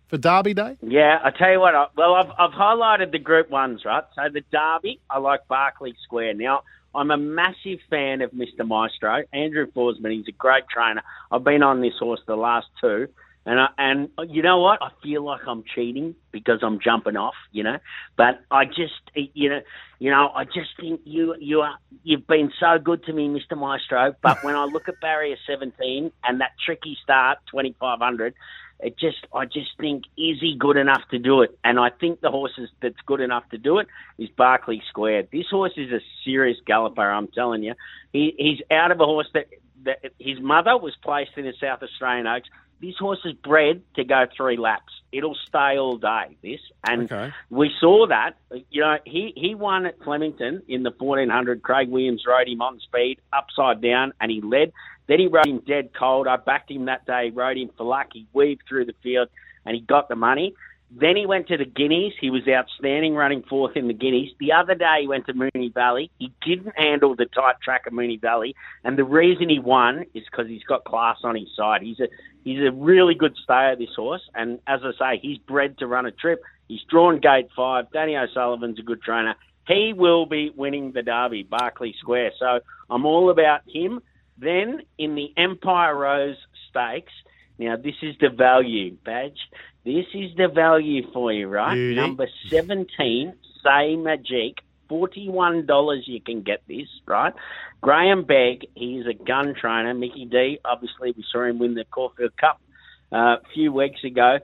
E: for Derby Day?
J: Yeah, I tell you what. I, well, I've I've highlighted the Group Ones, right? So the Derby, I like Barclay Square. Now, I'm a massive fan of Mr. Maestro, Andrew Forsman. He's a great trainer. I've been on this horse the last two, and I, and you know what? I feel like I'm cheating because I'm jumping off, you know. But I just, you know, you know, I just think you you are you've been so good to me, Mr. Maestro. But when I look at barrier 17 and that tricky start, 2500. It just, I just think, is he good enough to do it? And I think the horse is, that's good enough to do it is Barclay Square. This horse is a serious galloper, I'm telling you. He, he's out of a horse that, that his mother was placed in the South Australian Oaks. This horse is bred to go three laps. It'll stay all day. This and
E: okay.
J: we saw that. You know, he, he won at Flemington in the 1400. Craig Williams rode him on speed, upside down, and he led. Then he rode him dead cold. I backed him that day, rode him for luck. He weaved through the field, and he got the money. Then he went to the Guineas. He was outstanding running fourth in the Guineas. The other day he went to Mooney Valley. He didn't handle the tight track of Mooney Valley, and the reason he won is because he's got class on his side. He's a he's a really good stayer. This horse, and as I say, he's bred to run a trip. He's drawn gate five. Danny O'Sullivan's a good trainer. He will be winning the Derby, Barclay Square. So I'm all about him. Then in the Empire Rose Stakes, now this is the value badge. This is the value for you, right?
L: Beauty.
J: Number 17, Say Magic. $41 you can get this, right? Graham Begg, he is a gun trainer. Mickey D, obviously, we saw him win the Caulfield Cup uh, a few weeks ago.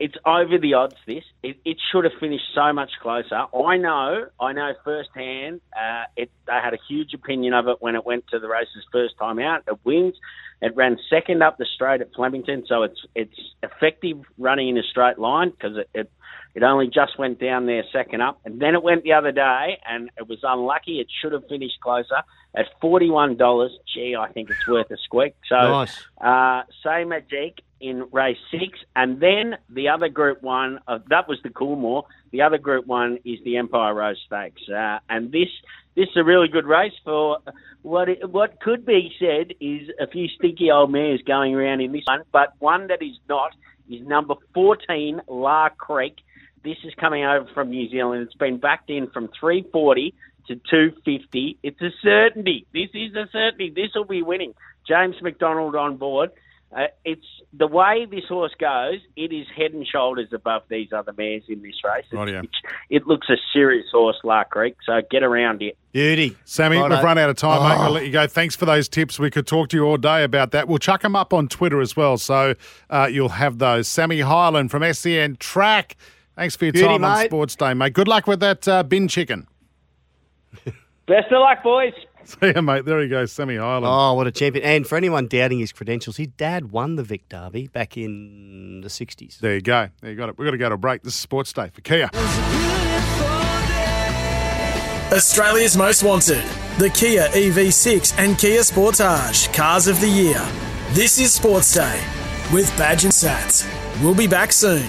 J: it's over the odds. This it, it should have finished so much closer. I know, I know firsthand. Uh, it they had a huge opinion of it when it went to the races first time out. It wins. It ran second up the straight at Flemington, so it's it's effective running in a straight line because it, it it only just went down there second up, and then it went the other day, and it was unlucky. It should have finished closer at forty one dollars. Gee, I think it's worth a squeak. So
F: Nice.
J: uh, say Magic in race six, and then the other Group One. Uh, that was the Coolmore. The other Group One is the Empire Rose Stakes, uh, and this this is a really good race for what it, what could be said is a few stinky old mares going around in this one, but one that is not is number fourteen La Creek. This is coming over from New Zealand. It's been backed in from three forty to 250. It's a certainty. This is a certainty. This will be winning. James McDonald on board. Uh, it's the way this horse goes. It is head and shoulders above these other mares in this race. It,
E: Rightio.
J: it looks a serious horse, Lark Creek. So get around it.
F: Beauty.
E: Sammy,
J: Righto.
E: we've run out of time, mate.
J: Oh.
E: I'll let you go. Thanks for those tips. We could talk to you all day about that. We'll chuck them up on Twitter as well, so uh, you'll have those. Sammy Highland from SEN Track. Thanks for your
J: Beauty,
E: time on
J: mate.
E: Sports Day, mate. Good luck with that uh, bin chicken.
J: Best of luck, boys.
E: See you, mate. There you go, Sammy Highland.
F: Oh, what a champion. And for anyone doubting his credentials, his dad won the Vic Derby back in the 60s.
E: There you go. There you got it. We've got to go to a break. This is Sports Day for Kia.
D: Australia's most wanted. The Kia EV6 and Kia Sportage Cars of the Year. This is Sports Day with Badge and Sats. We'll be back soon.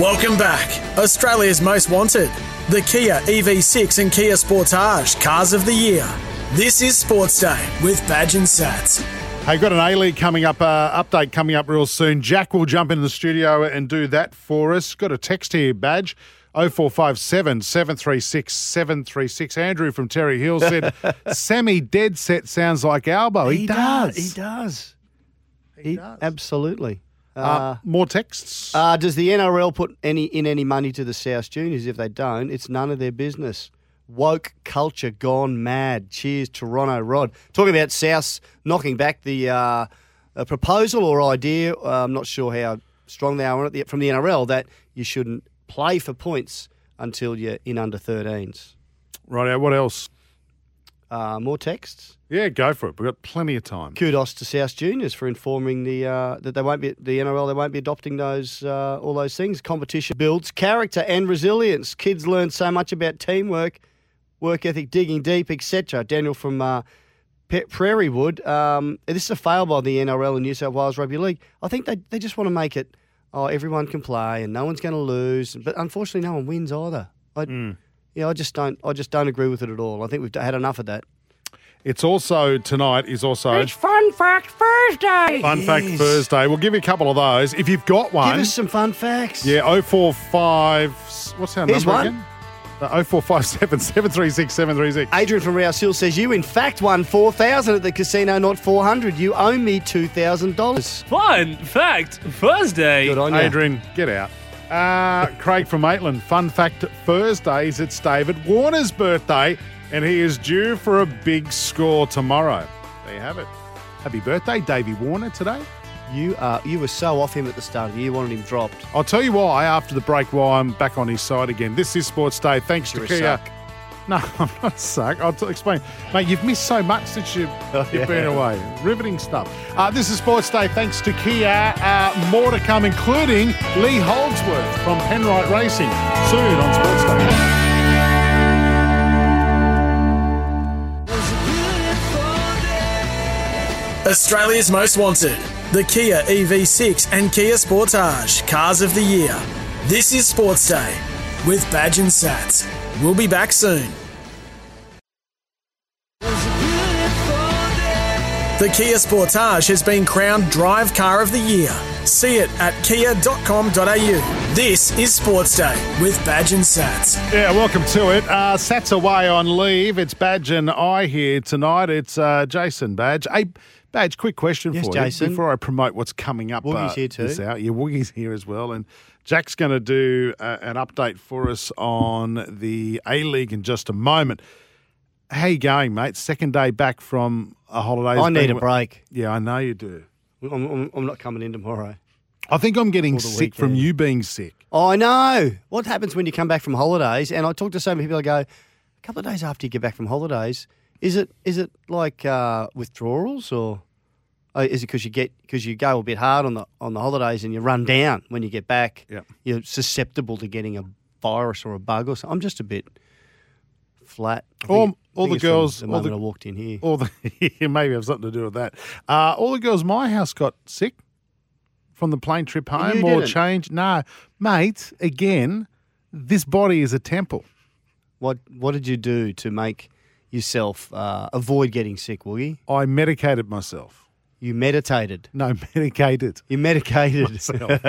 D: Welcome back. Australia's most wanted. The Kia EV6 and Kia Sportage Cars of the Year. This is Sports Day with Badge and Sats.
E: Hey, got an A League coming up, uh, update coming up real soon. Jack will jump in the studio and do that for us. Got a text here, Badge. 0457 736 736. Andrew from Terry Hill said, Sammy dead set sounds like Albo. Oh, He, does.
F: He does. He, Absolutely. Uh,
E: more texts.
F: Uh, does the NRL put any in any money to the South Juniors? If they don't, it's none of their business. Woke culture gone mad. Cheers, Toronto Rod. Talking about South knocking back the uh, a proposal or idea. Uh, I'm not sure how strong they are on it the- from the NRL that you shouldn't play for points until you're in under 13s.
E: Right, what else?
F: Uh, more texts.
E: Yeah, go for it. We've got plenty of time.
F: Kudos to South Juniors for informing the uh, that they won't be the NRL. They won't be adopting those uh, all those things. Competition builds character and resilience. Kids learn so much about teamwork, work ethic, digging deep, etc. Daniel from uh, Pe- Prairie Wood. Um, this is a fail by the NRL and New South Wales Rugby League. I think they they just want to make it. Oh, everyone can play and no one's going to lose, but unfortunately, no one wins either. I, Yeah, I just don't. I just don't agree with it at all. I think we've had enough of that.
E: It's also tonight is also
H: It's Fun Fact Thursday.
E: Fun Fact Thursday. We'll give you a couple of those. If you've got one.
F: Give us some fun facts.
E: Yeah, 045. What's our
F: Here's
E: number
F: one.
E: again? Uh, 0457 736 736.
F: Adrian from Rouse Hill says, You in fact won 4000 at the casino, not 400 You owe me $2,000.
K: Fun fact Thursday.
F: Good on you.
E: Adrian, get out. Uh, Craig from Maitland. Fun fact Thursdays, it's David Warner's birthday, and he is due for a big score tomorrow. There you have it. Happy birthday, Davey Warner, today.
F: You uh, you were so off him at the start of the year, you wanted him dropped.
E: I'll tell you why after the break, why I'm back on his side again. This is Sports Day. Thanks
F: You're a
E: to Kia.
F: suck.
E: No, I'm not a suck. I'll t- explain. Mate, you've missed so much since you, you've
F: Oh, yeah.
E: been away. Riveting stuff. Uh, this is Sports Day. Thanks to Kia. Uh, more to come, including Lee Holdsworth from Penrite Racing soon on Sports Day.
D: Australia's most wanted. The Kia EV6 and Kia Sportage Cars of the Year. This is Sports Day with Badge and Sats. We'll be back soon. The Kia Sportage has been crowned Drive Car of the Year. See it at kia.com.au. This is Sports Day with Badge and Sats.
E: Yeah, welcome to it. Uh, Sats away on leave. It's Badge and I here tonight. It's uh, Jason Badge. Hey, Badge, quick question
F: Yes,
E: for
F: Jason.
E: you before I promote what's coming up. uh,
F: Woogie's here too.
E: This hour. Yeah, Woogie's here as well. And Jack's going to do uh, an update for us on the A League in just a moment. How you going, mate? Second day back from a holiday.
F: I need a break.
E: Yeah, I know you do.
F: I'm, I'm, I'm not coming in tomorrow.
E: I think I'm getting
F: Or the
E: sick from you being sick.
F: I know. What happens when you come back from holidays? And I talk to so many people. I go, a couple of days after you get back from holidays, is it is it like uh, withdrawals or uh, is it because you get because you go a bit hard on the on the holidays and you run down when you get back?
E: Yeah.
F: You're susceptible to getting a virus or a bug or something. I'm just a bit flat. I
E: All,
F: think- I
E: all
F: think it's
E: the
F: from
E: girls.
F: the
E: all
F: moment
E: the,
F: I walked in here.
E: All the maybe have something to do with that. Uh, all the girls in my house got sick from the plane trip home
F: You
E: or
F: didn't.
E: change. No, mate. Again, this body is a temple.
F: What What did you do to make yourself uh, avoid getting sick, Woogie?
E: I medicated myself.
F: You meditated.
E: No, medicated.
F: You medicated
E: Myself.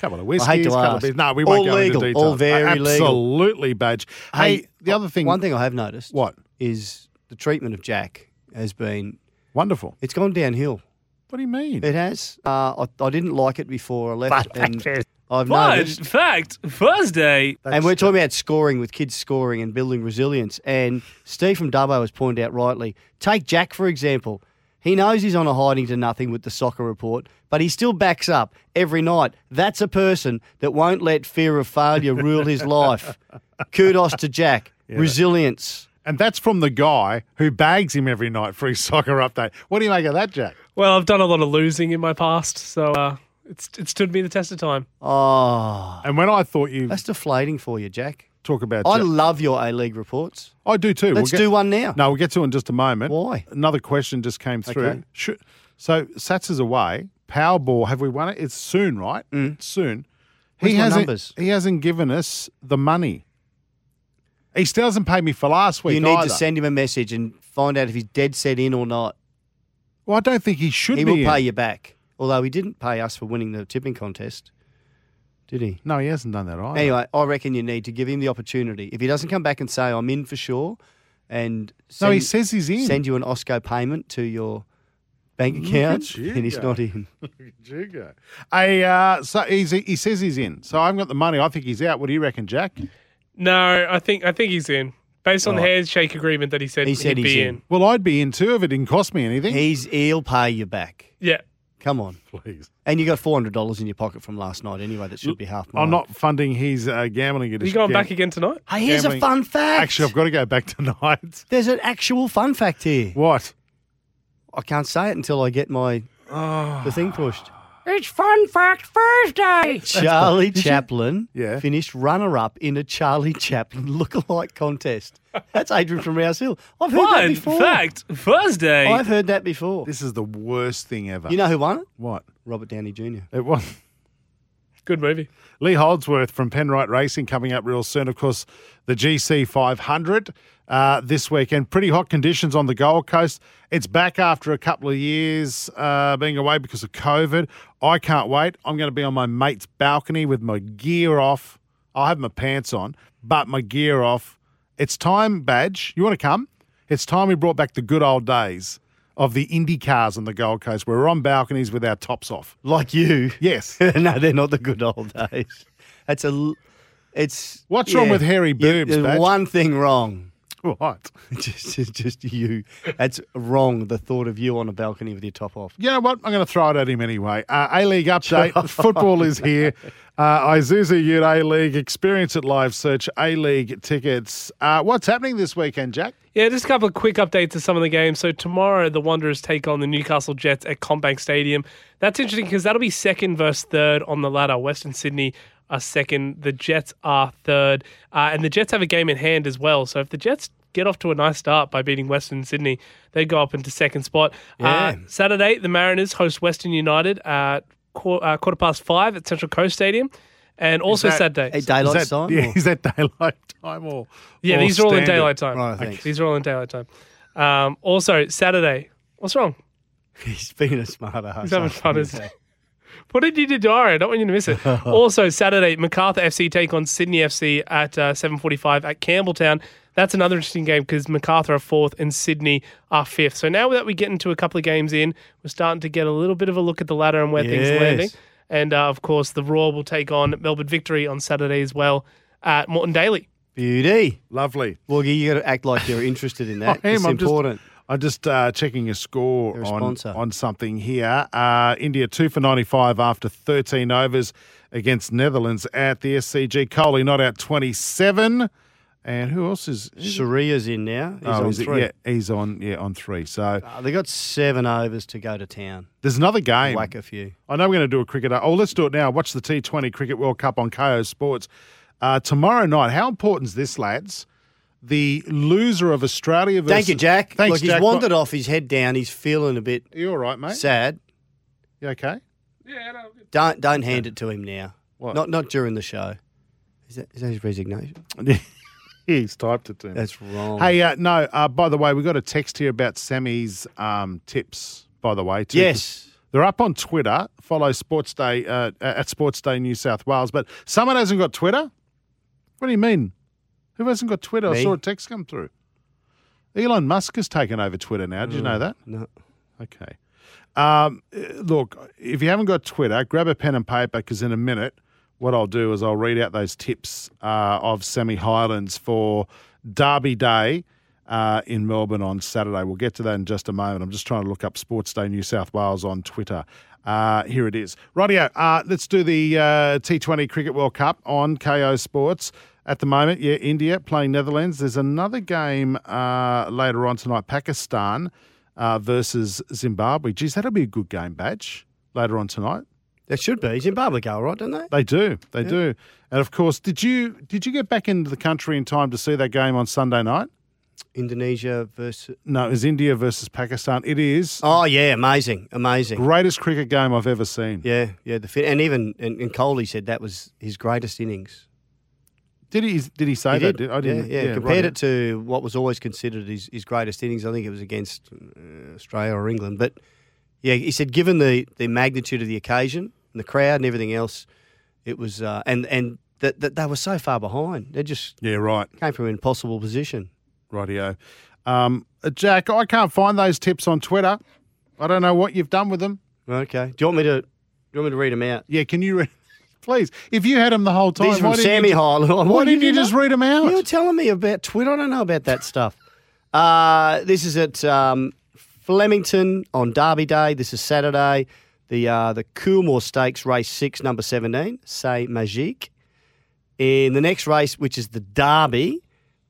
E: couple of whiskeys,
F: I hate to
E: couple of
F: ask.
E: beers. No, we won't
F: all
E: go into
F: legal,
E: detail.
F: All very legal.
E: Absolutely, badge. Hey, the other thing.
F: uh, One thing I have noticed.
E: What
F: is the treatment of Jack has been
E: wonderful.
F: It's gone downhill.
E: What do you mean?
F: It has. Uh, I, I didn't like it before I left. and I've
K: But,
F: noticed.
K: fact, Thursday.
F: and we're talking about scoring with kids scoring and building resilience. And Steve from Dubbo has pointed out rightly. Take Jack, for example. He knows he's on a hiding to nothing with the soccer report, but he still backs up every night. That's a person that won't let fear of failure rule his life. Kudos to Jack. Resilience.
E: And that's from the guy who bags him every night for his soccer update. What do you make of that, Jack?
K: Well, I've done a lot of losing in my past, so uh, it's it stood me the test of time.
F: Oh.
E: And when I thought you.
F: That's deflating for you, Jack.
E: Talk about
F: I
E: Jack.
F: love your A League reports.
E: I do too.
F: Let's do one now.
E: No, we'll get to it in just a moment.
F: Why?
E: Another question just came through.
F: Okay.
E: Should, so Sats is away. Powerball, have we won it? It's soon, right? Soon.
F: Mm. Where's
E: he
F: my
E: hasn't.
F: numbers?
E: He hasn't given us the money. He still hasn't paid me for last week.
F: You need
E: either.
F: to send him a message and find out if he's dead set in or not.
E: Well, I don't think he should.
F: he
E: be
F: will
E: in.
F: pay you back. Although he didn't pay us for winning the tipping contest, did he?
E: No, he hasn't done that either.
F: Anyway, I reckon you need to give him the opportunity. If he doesn't come back and say I'm in for sure, and
E: No, he says he's in.
F: Send you an Osco payment to your bank
E: Look
F: account,
E: at you
F: and he's
E: go.
F: not in.
E: Jigo. I, uh, so he's, he says he's in. So I haven't got the money. I think he's out. What do you reckon, Jack?
K: No, I think I think he's in based on the handshake agreement that he said
F: He said he's
K: would be
F: in.
K: in.
E: Well, I'd be in too if it didn't cost me anything.
F: He's he'll pay you back.
K: Yeah,
F: Come on,
E: please.
F: And you got four hundred dollars in your pocket from last night anyway. That should be half. Mine.
E: I'm not funding his uh, gambling addiction.
K: you going back again tonight?
F: Hey, Ah, here's a fun fact.
E: Actually, I've got to go back tonight.
F: There's an actual fun fact here.
E: What?
F: I can't say it until I get my
E: Ah.
F: the thing pushed.
H: It's Fun Fact Thursday.
F: Charlie Chaplin
E: Yeah.
F: finished runner-up in a Charlie Chaplin lookalike contest. That's Adrian from Rouse Hill. I've heard that
K: Fun
F: before.
K: fact, Thursday.
F: I've heard that before.
E: This is the worst thing ever.
F: You know who won it?
E: What?
F: Robert Downey Jr.
E: It was
K: Good movie.
E: Lee Holdsworth from Penrite Racing coming up real soon. Of course, the GC 500 uh, this weekend. Pretty hot conditions on the Gold Coast. It's back after a couple of years uh, being away because of COVID. I can't wait. I'm going to be on my mate's balcony with my gear off. I'll have my pants on, but my gear off. It's time, Badge. You want to come? It's time we brought back the good old days of the Indy cars on the Gold Coast. We're on balconies with our tops off.
F: Like you.
E: Yes.
F: no, they're not the good old days. That's a. l- It's
E: What's wrong with hairy boobs,
F: There's
E: Badge?
F: one thing wrong.
E: Right.
F: just, just, just you. That's wrong. The thought of you on a balcony with your top off.
E: You know what? I'm going to throw it at him anyway. Uh, a League update. Football is here. Uh, Izuzu Ute A League. Experience it live. Search A League tickets. Uh, what's happening this weekend, Jack?
K: Yeah, just a couple of quick updates to some of the games. So tomorrow, the Wanderers take on the Newcastle Jets at Combank Stadium. That's interesting because that'll be second versus third on the ladder. Western Sydney are second, the Jets are third, uh, and the Jets have a game in hand as well. So if the Jets get off to a nice start by beating Western Sydney, they go up into second spot.
F: Yeah.
K: Uh, Saturday, the Mariners host Western United at qu- uh, quarter past five at Central Coast Stadium, and also
E: Is that-
K: Saturday.
F: Hey, daylight
E: Is that,
F: time.
E: Yeah,
F: or-
E: is that daylight time or?
K: Yeah,
E: or
K: these are all in
E: standard?
K: daylight time.
F: Right, Oh, thanks.
K: These are all in daylight time. Um, also, Saturday. What's wrong?
F: He's being a smart ass.
K: He's having fun. Isn't he? Put it in your diary. I don't want you to miss it. also, Saturday, Macarthur FC take on Sydney FC at uh, 7.45 at Campbelltown. That's another interesting game because Macarthur are fourth and Sydney are fifth. So now that we get into a couple of games in, we're starting to get a little bit of a look at the ladder and where things are
F: Yes.
K: landing. And, uh, of course, the Raw will take on Melbourne Victory on Saturday as well at Morton Daly.
F: Beauty.
E: Lovely.
F: Well, you got to act like you're interested in that.
E: I am,
F: Uh, it's
E: Oh, I'm just-
F: important.
E: I I'm just uh, checking a score
F: They're a
E: on,
F: sponsor.
E: on something here. Uh, India two for 95 after 13 overs against Netherlands at the SCG. Kohli not out 27. And who else is?
F: Sharia's in now. He's
E: oh,
F: on
E: is it-
F: three.
E: yeah, he's on. Yeah, on three. So
F: Uh, they got seven overs to go to town.
E: there's another game.
F: Whack a few.
E: I know we're going to do a cricket. Oh, let's do it now. Watch the T20 Cricket World Cup on KO Sports uh, tomorrow night. How important is this, lads? The loser of Australia versus.
F: Thank you, Jack.
E: Thanks,
F: Look, he's
E: Jack.
F: wandered off. He's head down. He's feeling a bit.
E: You all right, mate?
F: Sad.
E: You okay?
F: Don't don't hand it to him now.
E: What?
F: Not not during the show. Is that, is that his resignation?
E: He's typed it to me.
F: That's wrong.
E: Hey, uh, no. Uh, by the way, we got a text here about Sammy's um, tips. By the way, too.
F: Yes.
E: they're up on Twitter. Follow Sports Day uh, at Sports Day New South Wales. But someone hasn't got Twitter. What do you mean? Who hasn't got Twitter? I
F: Me.
E: saw a text come through. Elon Musk has taken over Twitter now. Did you know that?
F: Mm, No.
E: Okay. Um, uh, look, if you haven't got Twitter, grab a pen and paper because in a minute, what I'll do is I'll read out those tips uh, of Semi Highlands for Derby Day uh, in Melbourne on Saturday. We'll get to that in just a moment. I'm just trying to look up Sports Day New South Wales on Twitter. Uh, here it is. Rightio, uh, let's do the uh, T20 Cricket World Cup on KO Sports. At the moment, yeah, India playing Netherlands. There's another game uh, later on tonight, Pakistan uh, versus Zimbabwe. Geez, that'll be a good game, Badge, later on tonight.
F: That should be. Zimbabwe go all right, don't they?
E: They do, they
F: Yeah.
E: do. And of course, did you did you get back into the country in time to see that game on Sunday night?
F: Indonesia versus.
E: No, it was India versus Pakistan. It is
F: Oh yeah, amazing, amazing.
E: greatest cricket game I've ever seen.
F: Yeah, yeah. The fin- and even and, and Coley said that was his greatest innings.
E: Did he did he say
F: He
E: that?
F: did.
E: I didn't.
F: Yeah, yeah.
E: right.
F: Compared it to what was always considered his, his greatest innings. I think it was against uh, Australia or England. But yeah, he said given the, the magnitude of the occasion and the crowd and everything else, it was uh, and and that, that they were so far behind. They just
E: Yeah, right.
F: came from an impossible position.
E: Rightio. Um, uh, Jack, I can't find those tips on Twitter. I don't know what you've done with them.
F: Okay. Do you want me to? Do you want me to read them out?
E: Yeah, can you read? Please, if you had them the whole time,
F: These are
E: why
F: from
E: didn't
F: Sammy
E: you ju-
F: Highland.
E: Why,
F: What,
E: didn't you
F: did
E: just
F: know?
E: read them out?
F: You were telling me about Twitter. I don't know about that stuff. Uh, this is at um, Flemington on Derby Day. This is Saturday. The uh, the Coolmore Stakes race six, number seventeen, Say Magique. In the next race, which is the Derby,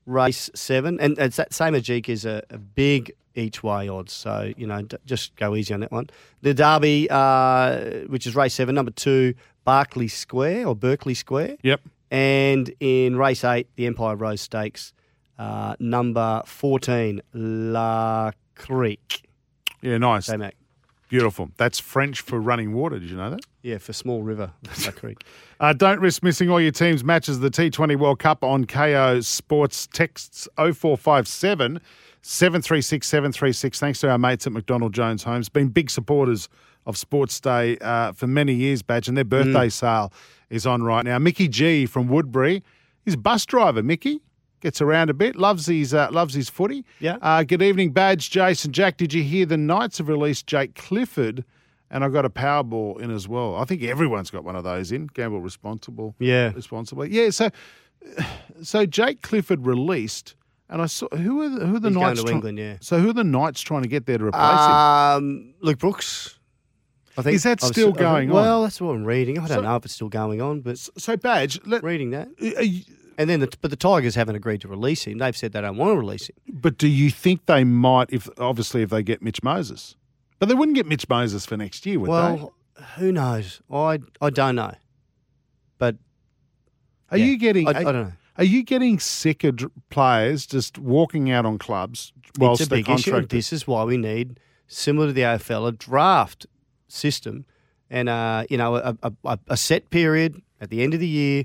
F: race seven, and it's that Say Magique is a, a big each way odds. So you know, d- just go easy on that one. The Derby, uh, which is race seven, number two, Barclay Square or Berkeley Square.
E: Yep.
F: And in race eight, the Empire Rose Stakes, uh, number 14, La Creek.
E: Yeah, nice.
F: Say, Mac.
E: Beautiful. That's French for running water. Did you know that?
F: Yeah, for Small River, La Creek.
E: Uh, don't risk missing all your team's matches of the T20 World Cup on KO Sports. Texts 0457 736 736. Thanks to our mates at McDonald Jones Homes. Been big supporters of Sports Day uh, for many years, Badge, and their birthday sale is on right now. Mickey G from Woodbury. He's a bus driver, Mickey. Gets around a bit, loves his uh, loves his footy.
F: Yeah.
E: Uh, good evening, Badge, Jason, Jack. Did you hear the Knights have released Jake Clifford? And I got a Powerball in as well. I think everyone's got one of those in. Gamble responsible.
F: Yeah.
E: Responsibly. Yeah. So, so Jake Clifford released, and I saw who are the, who are the
F: He's going
E: Knights
F: to
E: try-
F: England, yeah.
E: So who are the Knights trying to get there to replace
F: Um, Luke Brooks. I think
E: Is that
F: I've
E: still
F: s- I've-
E: going on?
F: Well, that's what I'm reading. I
E: So-
F: don't know if it's still going on, but
E: him? So Badge, let,
F: reading that.
E: are you-
F: And then, the, but the Tigers haven't agreed to release him. They've said they don't want to release him.
E: but do you think they might? If obviously if they get Mitch Moses, but they wouldn't get Mitch Moses for next year, would they?
F: well, who knows? I I don't know. But
E: Are
F: Yeah.
E: you getting?
F: I-
E: are,
F: I don't know.
E: Are you getting sick of dr- players just walking out on clubs whilst
F: it's a
E: they're
F: big issue. and
E: contracted?
F: This is why we need, similar to the AFL, a draft system, and uh, you know a, a- a, a set period at the end of the year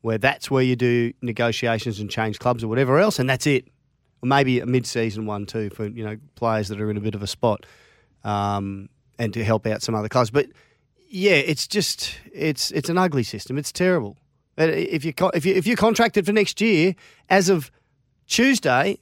F: where that's where you do negotiations and change clubs or whatever else, and that's it. Or maybe a mid-season one too for you know players that are in a bit of a spot, um, and to help out some other clubs. But yeah, it's just it's it's an ugly system. It's terrible. Uh, If you co- if you if you're contracted for next year, as of Tuesday,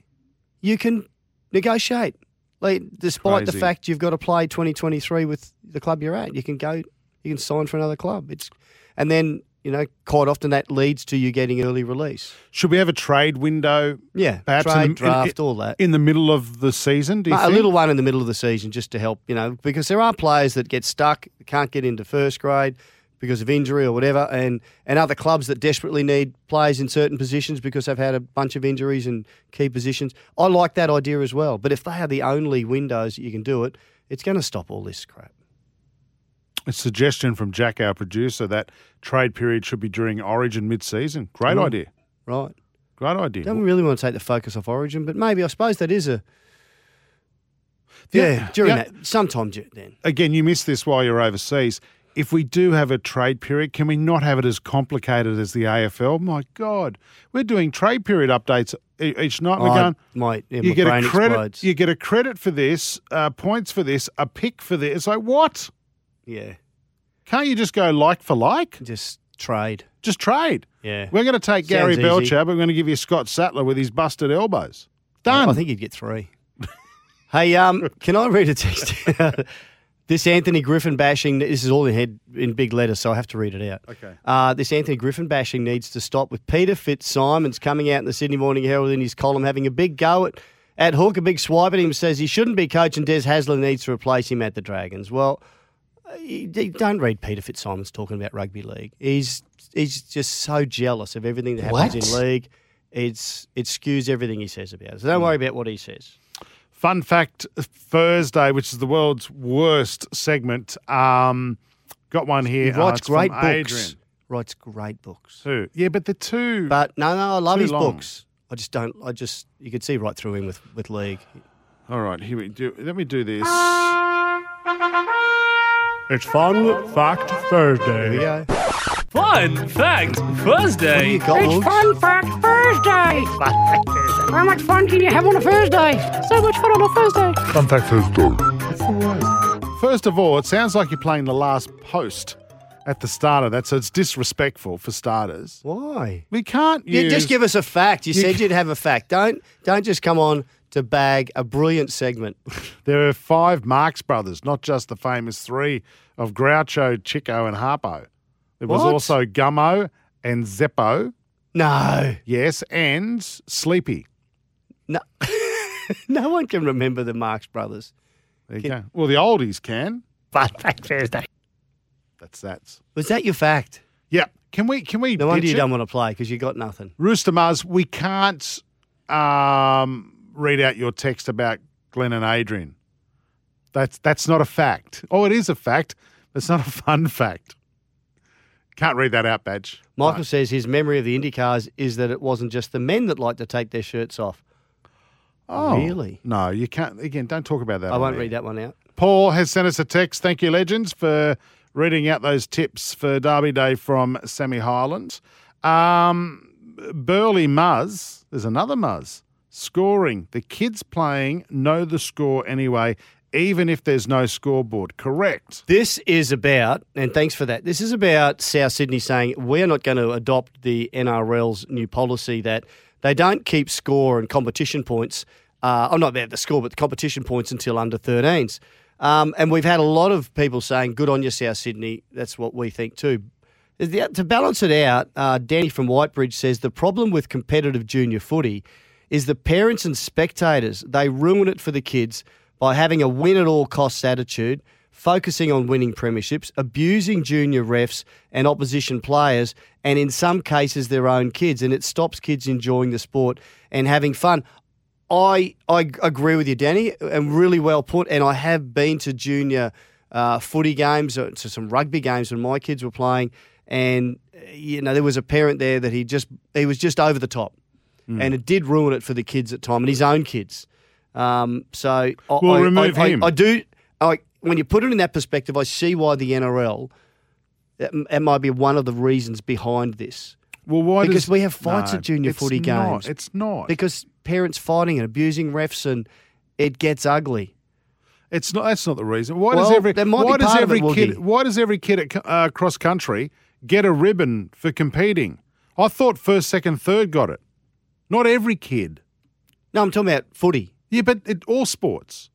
F: you can negotiate. Like, despite
E: Crazy.
F: the fact you've got to play 2023 with the club you're at, you can go, you can sign for another club. It's and then you know, quite often that leads to you getting early release.
E: Should we have a trade window?
F: Yeah,
E: perhaps
F: trade,
E: in the,
F: draft,
E: in,
F: all that.
E: in the middle of the season. Do you
F: Mate,
E: think?
F: a little one in the middle of the season just to help, you know, because there are players that get stuck, can't get into first grade because of injury or whatever, and, and other clubs that desperately need players in certain positions because they've had a bunch of injuries in key positions. I like that idea as well. But if they are the only windows that you can do it, it's going to stop all this crap.
E: A suggestion from Jack, our producer, that trade period should be during Origin mid-season. Great
F: Mm.
E: idea.
F: Right.
E: Great idea.
F: Don't really want to take the focus off Origin, but maybe I suppose that is a.
E: The-
F: yeah, during
E: yeah.
F: that. Sometimes you- then.
E: Again, you miss this while you're overseas. If we do have a trade period, can we not have it as complicated as the AFL? My God, we're doing trade period updates e- each night. We're
F: I-
E: going.
F: my, yeah,
E: you
F: my
E: get
F: brain
E: a credit.
F: explodes.
E: You get a credit for this, uh, points for this, a pick for this. It's like what?
F: Yeah.
E: Can't you just go like for like?
F: Just trade.
E: Just trade.
F: Yeah.
E: We're going to take Gary
F: Sounds easy.
E: Belcher, but we're going to give you Scott Sattler with his busted elbows. Done.
F: I think you'd get three. hey, um, can I read a text? this Anthony Griffin bashing. This is all in head in big letters, so I have to read it out.
E: Okay.
F: Uh, this Anthony Griffin bashing needs to stop. With Peter Fitzsimons coming out in the Sydney Morning Herald in his column, having a big go at at Hook, a big swipe at him, says he shouldn't be coaching. Des Hasler needs to replace him at the Dragons. Well. you- you Don't read Peter Fitzsimons talking about rugby league. He's he's just so jealous of everything that happens in
E: What?
F: league. It's it skews everything he says about it. So don't worry about what he says.
E: Fun fact Thursday, which is the world's worst segment. Um, got one here.
F: He writes
E: Uh, it's
F: great
E: from
F: books.
E: Adrian.
F: Writes great books.
E: Who? Yeah, but the two.
F: But no, no, I love
E: too
F: his
E: long.
F: books. I just don't. I just you could see right through him with with league.
E: All right, here we do. Let me do this.
L: It's Fun Fact Thursday.
F: Here we go.
K: Fun fact Thursday.
H: It's Fun Fact Thursday. How much fun can you have on a Thursday? So much fun on a Thursday.
E: Fun fact First of all, it sounds like you're playing the last post at the start of that, so it's disrespectful for starters.
F: Why?
E: We can't
F: You
E: use.
F: just give us a fact. You,
E: You
F: said
E: ca-
F: you'd have a fact. Don't don't just come on to bag a brilliant segment.
E: There are five Marx brothers, not just the famous three of Groucho, Chico, and Harpo. There was
F: What?
E: also Gummo and Zeppo.
F: No.
E: Yes, and Sleepy.
F: No. no one can remember the Marx Brothers.
E: There you go. Well, the oldies can.
F: Fun fact Thursday.
E: That's that's.
F: Was that your fact?
E: Yeah. Can we? Can we?
F: No wonder
E: ditch
F: you
E: it?
F: don't want to play because you got nothing.
E: Rooster Mars, we can't um, read out your text about Glenn and Adrian. That's that's not a fact. Oh, it is a fact. but It's not a fun fact. Can't read that out, badge.
F: Michael says his memory of the IndyCars is that it wasn't just the men that liked to take their shirts off.
E: Oh,
F: Really?
E: No, you can't. Again, don't talk about that.
F: I
E: on
F: won't
E: air.
F: read that one out.
E: Paul has sent us a text. Thank you, legends, for reading out those tips for Derby Day from Sammy Highland. Um, Burley Muzz, there's another Muzz, scoring. The kids playing know the score anyway, even if there's no scoreboard. Correct.
F: This is about, and thanks for that. This is about South Sydney saying we're not going to adopt the NRL's new policy that they don't keep score and competition points. Uh, oh, not about the score, but the competition points until under 13s. Um, and we've had a lot of people saying, good on you, South Sydney. That's what we think too. Is the- To balance it out, uh, Danny from Whitebridge says the problem with competitive junior footy is the parents and spectators. They ruin it for the kids by having a win at all costs attitude, focusing on winning premierships, abusing junior refs and opposition players, and in some cases their own kids. And it stops kids enjoying the sport and having fun. I I agree with you, Danny, and really well put. And I have been to junior uh, footy games, uh, to some rugby games when my kids were playing, and uh, you know there was a parent there that he just he was just over the top,
E: Hmm.
F: and it did ruin it for the kids at time and his own kids. Um, so I,
E: Well,
F: I,
E: remove
F: I- I-
E: him.
F: I do. I, when you put it in that perspective, I see why the NRL that, that might be one of the reasons behind this.
E: Well, why?
F: Because
E: does-
F: we have fights
E: No,
F: at junior
E: it's
F: footy
E: not.
F: games.
E: It's not.
F: Because parents fighting and abusing refs and it gets ugly.
E: It's not. That's not the reason. Why does
F: Well,
E: every?
F: there might
E: why
F: be
E: does
F: part of
E: every
F: it, Woogie.
E: kid? Why does every kid at co- uh, cross country get a ribbon for competing? I thought first, second, third got it. Not every kid.
F: No, I'm talking about footy.
E: Yeah, but it, all sports.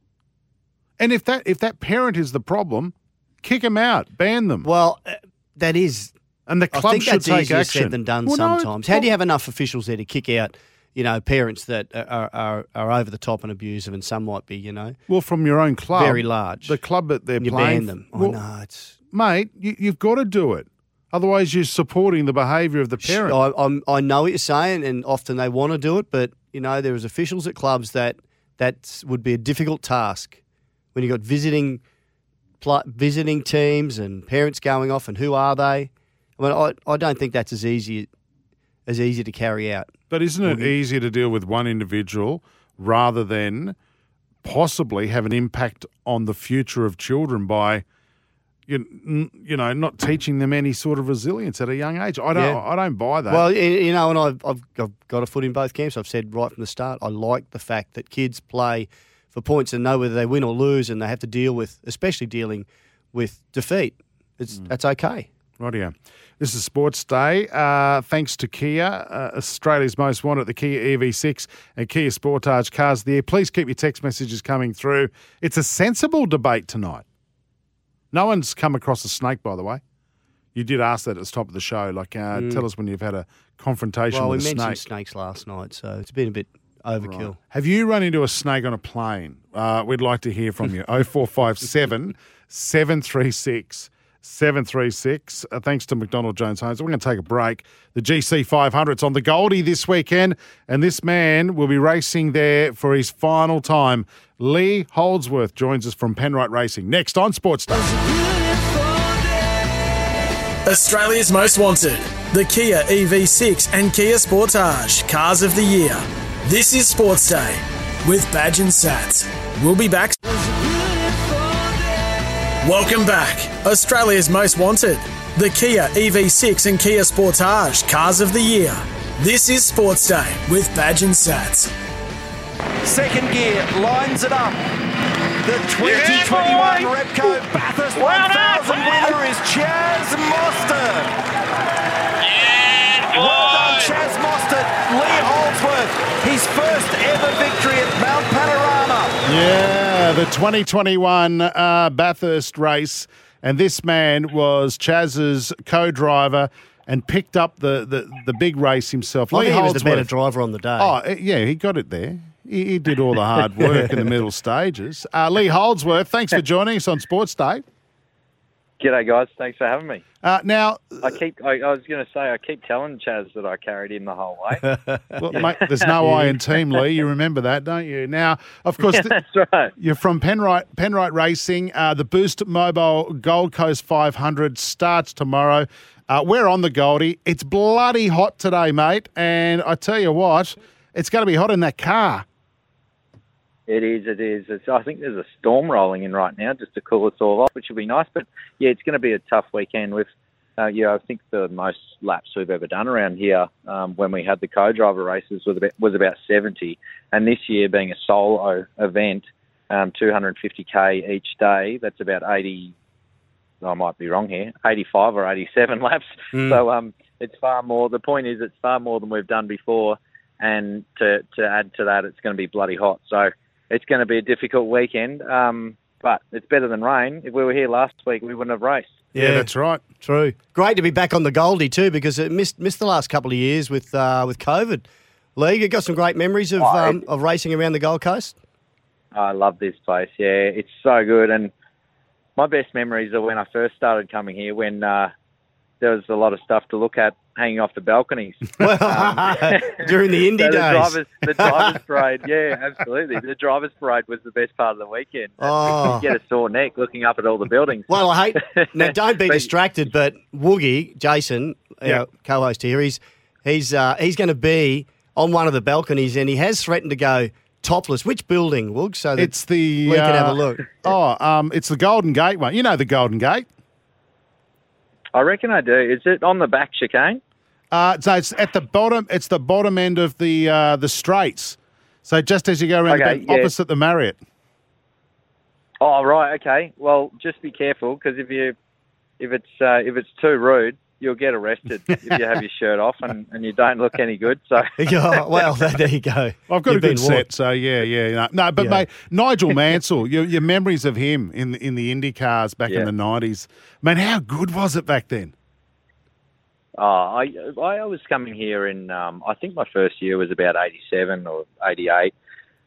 E: And if that if that parent is the problem, kick them out, ban them.
F: Well, uh, that is
E: And the
F: I
E: club
F: think
E: should
F: that's
E: take
F: easier
E: action.
F: said than done
E: Well, no,
F: sometimes. How do you have enough officials there to kick out, you know, parents that are, are, are over the top and abusive, and some might be, you know,
E: Well, from your own club,
F: very large.
E: The club that they're
F: you ban
E: playing
F: them. I
E: well,
F: know it's
E: mate, you, you've got to do it. Otherwise, you're supporting the behaviour of the parent.
F: I, I'm, I know what you're saying, and often they want to do it, but you know there is officials at clubs that that would be a difficult task when you have got visiting pl- visiting teams and parents going off, and who are they? I mean, I, I don't think that's as easy as easy to carry out.
E: But isn't
F: Mm-hmm.
E: it easier to deal with one individual rather than possibly have an impact on the future of children by you, n- you know not teaching them any sort of resilience at a young age? I don't
F: Yeah.
E: I don't buy that.
F: Well, y- you know, and I've, I've, I've got a foot in both camps. I've said right from the start, I like the fact that kids play for points and know whether they win or lose, and they have to deal with, especially dealing with defeat. It's that's okay.
E: Right here. This is Sports Day. Uh, thanks to Kia, uh, Australia's most wanted, the Kia EV6 and Kia Sportage cars of the year. Please keep your text messages coming through. It's a sensible debate tonight. No one's come across a snake, by the way. You did ask that at the top of the show. Like, uh,
F: Mm.
E: tell us when you've had a confrontation
F: Well, we
E: with a
F: mentioned
E: snake.
F: snakes last night, so it's been a bit overkill.
E: Have you run into a snake on a plane? Uh, we'd like to hear from you. 0457 736 736. Uh, thanks to McDonald Jones Homes. We're going to take a break. The GC 500's on the Goldie this weekend, and this man will be racing there for his final time. Lee Holdsworth joins us from Penrite Racing next on Sports Day.
D: Australia's most wanted, the Kia EV6 and Kia Sportage Cars of the Year. This is Sports Day with Badge and Sats. We'll be back. Welcome back. Australia's most wanted, the Kia EV6 and Kia Sportage Cars of the Year. This is Sports Day with Badge and Sats.
M: Second gear lines it up. The 2021 Repco Bathurst 1000 winner is Chaz Mostert. well done, Chaz Mostert. Lee Holdsworth, his first ever victory at Mount Panorama.
E: Yeah, the 2021 uh, Bathurst race, and this man was Chaz's co-driver and picked up the the, the big race himself.
F: I
E: Lee
F: think he was the better
E: Holdsworth.
F: driver on the day.
E: Oh, eh, yeah, he got it there. He, he did all the hard work in the middle stages. Uh, Lee Holdsworth, thanks for joining us on Sports Day.
N: G'day, guys. Thanks for having me.
E: Uh, now,
N: I keep. I, I was going to say I keep telling Chaz that I carried him the whole way.
E: well, mate, there's no I in team, Lee. You remember that, don't you? Now, of course,
N: Yeah, that's right.
E: You're from Penrite, Penrite Racing. Uh, the Boost Mobile Gold Coast 500 starts tomorrow. Uh, we're on the Goldie. It's bloody hot today, mate. And I tell you what, it's going to be hot in that car.
N: It is. It is. It's, I think there's a storm rolling in right now just to cool us all off, which will be nice. But yeah, it's going to be a tough weekend with. Uh, yeah, I think the most laps we've ever done around here um, when we had the co-driver races was about, was about 70, and this year being a solo event, um, 250k each day. That's about 80. I might be wrong here. 85 or 87 laps.
O: Mm.
N: So um, it's far more. The point is, it's far more than we've done before, and to to add to that, it's going to be bloody hot. So it's going to be a difficult weekend. Um, but it's better than rain. If we were here last week, we wouldn't have raced.
F: Yeah,
E: that's right.
F: True. Great to be back on the Goldie too, because it missed missed the last couple of years with uh, with COVID. Lee, you got some great memories of um, of racing around the Gold Coast.
N: I love this place. Yeah, it's so good. And my best memories are when I first started coming here, when uh, there was a lot of stuff to look at hanging off the balconies.
F: During the Indy
N: So the
F: days.
N: Drivers, the drivers' parade, yeah, absolutely. The drivers' parade was the best part of the weekend.
F: Oh.
N: You get a sore neck looking up at all the buildings.
F: Well, I hate. Now, don't be distracted, but Woogie Jason,
N: Yeah.
F: our co-host here, he's he's uh, he's going to be on one of the balconies, and he has threatened to go topless. Which building, Woog? So that
E: It's the.
F: we can
E: uh,
F: have a look.
E: Oh, um, it's the Golden Gate one. You know the Golden Gate.
N: I reckon I do. Is it on the back chicane?
E: Uh, so it's at the bottom. It's the bottom end of the uh, the straights. So just as you go around
N: Okay,
E: the
N: yeah.
E: back, opposite the Marriott.
N: Oh right, okay. Well, just be careful because if you if it's uh, if it's too rude, you'll get arrested if you have your shirt off and, and you don't look any good. So
F: Yeah, well, there you go.
E: I've got
F: You've
E: a good
F: been warned.
E: set, so yeah, yeah. No, no but
F: Yeah.
E: mate, Nigel Mansell, your, your memories of him in the, in the Indy cars back
N: Yeah.
E: in the nineties. Man, how good was it back then?
N: Uh, I I was coming here in um, I think my first year was about eighty seven or eighty eight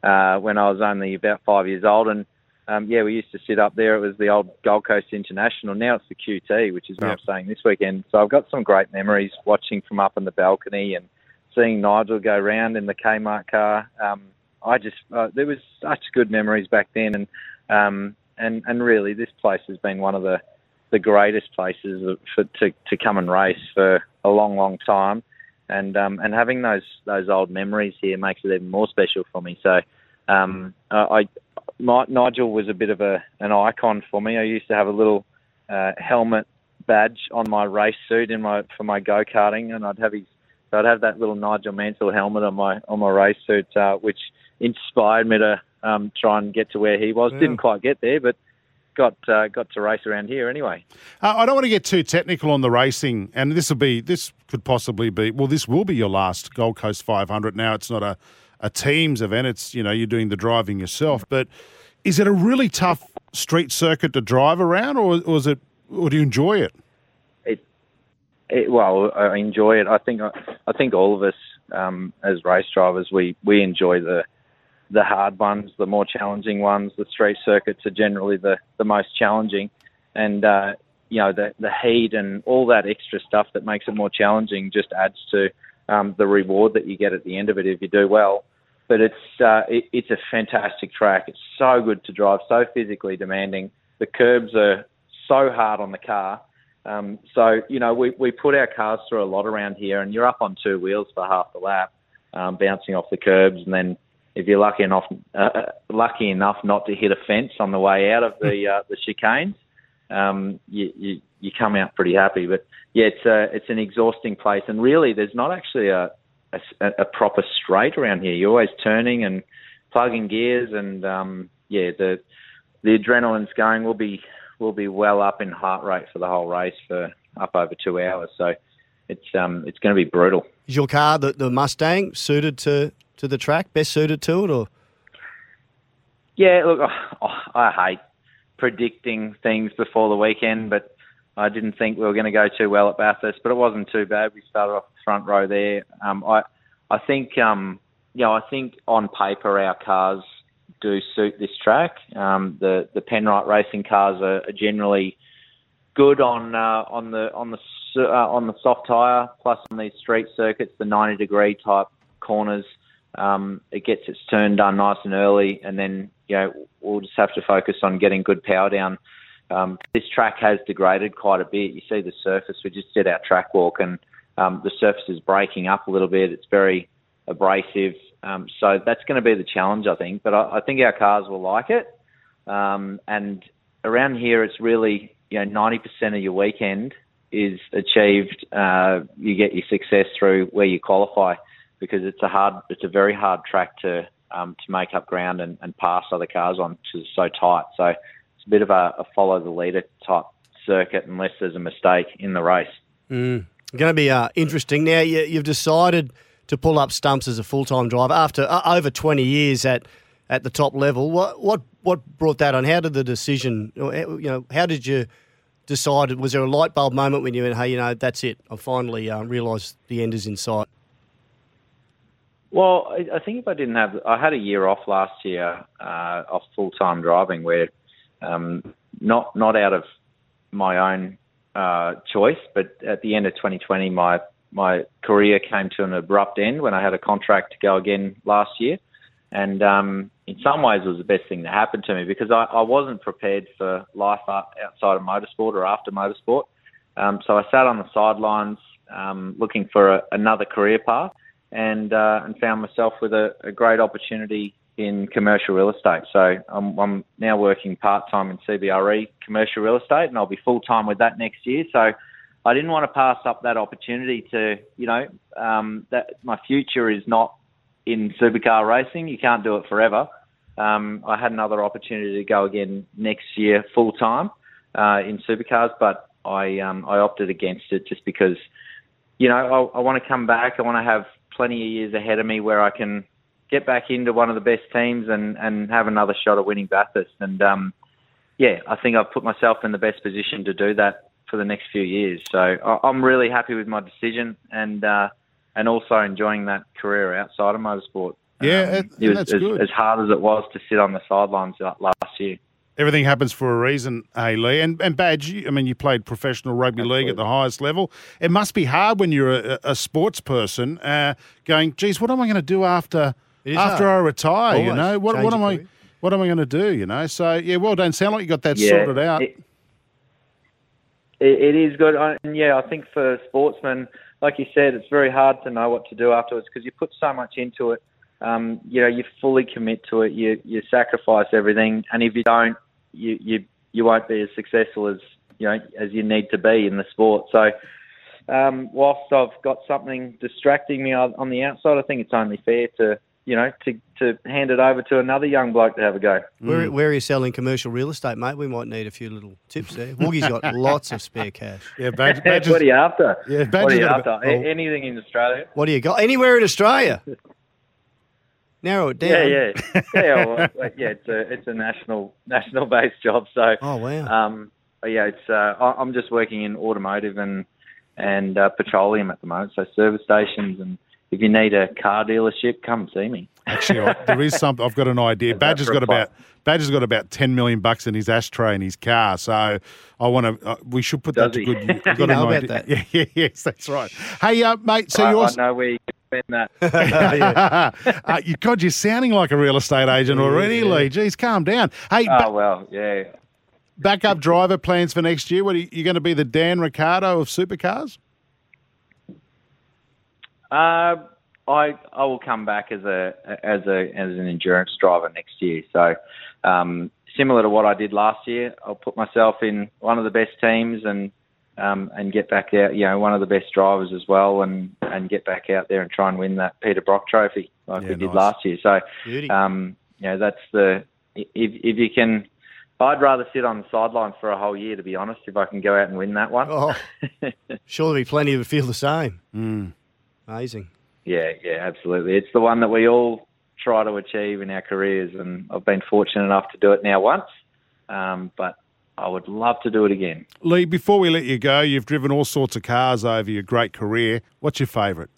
N: uh, when I was only about five years old and um, yeah we used to sit up there it was the old Gold Coast International now it's the QT which is where I'm staying this weekend so I've got some great memories watching from up in the balcony and seeing Nigel go round in the Kmart car um, I just uh, there was such good memories back then and um, and and really this place has been one of the the greatest places for, to, to come and race for a long, long time. And um, and having those those old memories here makes it even more special for me. So um, I, my, Nigel was a bit of a an icon for me. I used to have a little uh, helmet badge on my race suit in my for my go karting, and I'd have his so I'd have that little Nigel Mansell helmet on my on my race suit, uh, which inspired me to um, try and get to where he was.
E: Yeah.
N: Didn't quite get there, but got uh, got to race around here anyway.
E: Uh, I don't want to get too technical on the racing, and this will be this could possibly be well, this will be your last Gold Coast 500. Now it's not a a teams event; it's you know you're doing the driving yourself. But is it a really tough street circuit to drive around, or, or is it? Or do you enjoy it?
N: It, well, I enjoy it. I think I, I think all of us um, as race drivers we we enjoy the the hard ones, the more challenging ones. The street circuits are generally the the most challenging, and uh, you know the the heat and all that extra stuff that makes it more challenging just adds to um, the reward that you get at the end of it if you do well. But it's uh, it, it's a fantastic track. It's so good to drive, so physically demanding. The curbs are so hard on the car. Um, so you know we we put our cars through a lot around here, and you're up on two wheels for half the lap, um, bouncing off the curbs, and then if you're lucky enough uh, lucky enough not to hit a fence on the way out of the uh, the chicanes, um, you, you you come out pretty happy. But yeah, it's a, it's an exhausting place, and really there's not actually a a, a proper straight around here. You're always turning and plugging gears, and um, yeah, the the adrenaline's going. We'll be we'll be well up in heart rate for the whole race for up over two hours. So it's um it's going to be brutal.
F: Is your car the, the Mustang suited to, to the track? Best suited to it, or
N: Yeah, look, oh, I hate predicting things before the weekend, but I didn't think we were going to go too well at Bathurst, but it wasn't too bad. We started off the front row there. Um, I, I think, um, you know, I think on paper our cars do suit this track. Um, the the Penrite racing cars are, are generally good on uh, on the on the s- uh, on the soft tire, plus on these street circuits, the 90 degree type corners. Um, it gets its turn done nice and early, and then you know we'll just have to focus on getting good power down. Um, this track has degraded quite a bit. You see the surface. We just did our track walk, and um, the surface is breaking up a little bit. It's very abrasive, um, so that's going to be the challenge, I think. But I, I think our cars will like it. Um, and around here, it's really you know ninety percent of your weekend is achieved. Uh, you get your success through where you qualify, because it's a hard, it's a very hard track to um, to make up ground and, and pass other cars on because it's so tight. So it's a bit of a, a follow the leader type circuit unless there's a mistake in the race.
F: mm. going to be uh, interesting? Now you, you've decided to pull up stumps as a full time driver after uh, over twenty years at at the top level. What what what brought that on? How did the decision? or, uh, You know, how did you decide? Was there a light bulb moment when you went, "Hey, you know, that's it. I finally uh, realised the end is in sight."
N: Well, I, I think if I didn't have, I had a year off last year uh, off full time driving, where um, not not out of my own uh, choice, but at the end of 2020, my my career came to an abrupt end when I had a contract to go again last year, and um, in some ways, it was the best thing that happened to me because I, I wasn't prepared for life o- outside of motorsport or after motorsport. Um, so I sat on the sidelines um, looking for a, another career path and uh, and found myself with a, a great opportunity in commercial real estate. So I'm, I'm now working part time in CBRE E commercial real estate, and I'll be full time with that next year. So I didn't want to pass up that opportunity to you know um, that my future is not in supercar racing. You can't do it forever. Um, I had another opportunity to go again next year full time uh, in supercars, but I um, I opted against it just because you know, I, I want to come back. I want to have plenty of years ahead of me where I can get back into one of the best teams and, and have another shot at winning Bathurst. And um, yeah, I think I've put myself in the best position to do that for the next few years. So I- I'm really happy with my decision and uh, and also enjoying that career outside of motorsport. Um,
E: Yeah, it-
N: It was
E: that's
N: as,
E: good.
N: as hard as it was to sit on the sidelines la- last year.
E: Everything happens for a reason, eh, Lee? And, and Badge, you- I mean, you played professional rugby league at the highest level. It must be hard when you're a, a sports person uh, going, geez, what am I going to do after
F: is
E: after
F: hard.
E: I retire? you
F: Always.
E: know, what,
F: Change
E: what
F: your
E: am I
F: career.
E: what am I going to do? You know, so yeah, well done. Sound like you got that
N: Yeah,
E: sorted out.
N: it- It, it is good, I- and yeah, I think for sportsmen, like you said, it's very hard to know what to do afterwards because you put so much into it. Um, you know, you fully commit to it. You you sacrifice everything, and if you don't, you you you won't be as successful as you know as you need to be in the sport. So, um, whilst I've got something distracting me on on the outside, I think it's only fair to you know to to hand it over to another young bloke to have a go.
E: Mm.
F: Where, where are you selling commercial real estate, mate? We might need a few little tips there. Woogie's got lots of spare cash.
E: Yeah,
N: what are you after?
F: Yeah,
N: what are
F: Badger's
N: you
F: got a
N: after?
F: bit-
N: A- Anything in Australia?
F: What do you got? Anywhere in Australia? Narrow it down.
N: Yeah, yeah, yeah. Well, uh, yeah, it's a it's a national national based job. So,
F: oh wow.
N: Um, but yeah, it's uh, I- I'm just working in automotive and and uh, petroleum at the moment. So service stations, and if you need a car dealership, come see me.
E: Actually, I- there is something. I've got an idea.
N: that
E: Badger's
N: for a
E: got
N: fight?
E: about Badger's got about ten million bucks in his ashtray in his car. So I want to. Uh, we should put that
N: Does
E: to
N: he?
E: good. use. I've
N: You
E: got
N: know about
E: an idea.
N: that?
E: Yeah, yeah, yes, that's right. Hey, uh, mate. So
N: I,
E: you're.
N: I know where you can spend that.
E: uh, you, God, you're sounding like a real estate agent already,
N: Yeah.
E: Lee. Geez, calm down. Hey,
N: oh
E: ba-
N: well, yeah.
E: backup driver plans for next year. What are you, you going to be the Dan Ricardo of supercars?
N: Uh, I I will come back as a as a as an endurance driver next year. So um, similar to what I did last year, I'll put myself in one of the best teams and um, and get back out. You know, one of the best drivers as well, and and get back out there and try and win that Peter Brock Trophy like we did
F: nice.
N: last year.
F: Beauty.
N: So um, you know, that's the if if you can. I'd rather sit on the sideline for a whole year, to be honest, if I can go out and win that one.
F: Oh, sure, there'll be plenty that feel the same.
E: Mm.
F: Amazing.
N: Yeah, yeah, absolutely. It's the one that we all try to achieve in our careers, and I've been fortunate enough to do it now once, um, but I would love to do it again.
E: Lee, before we let you go, you've driven all sorts of cars over your great career. What's your favourite?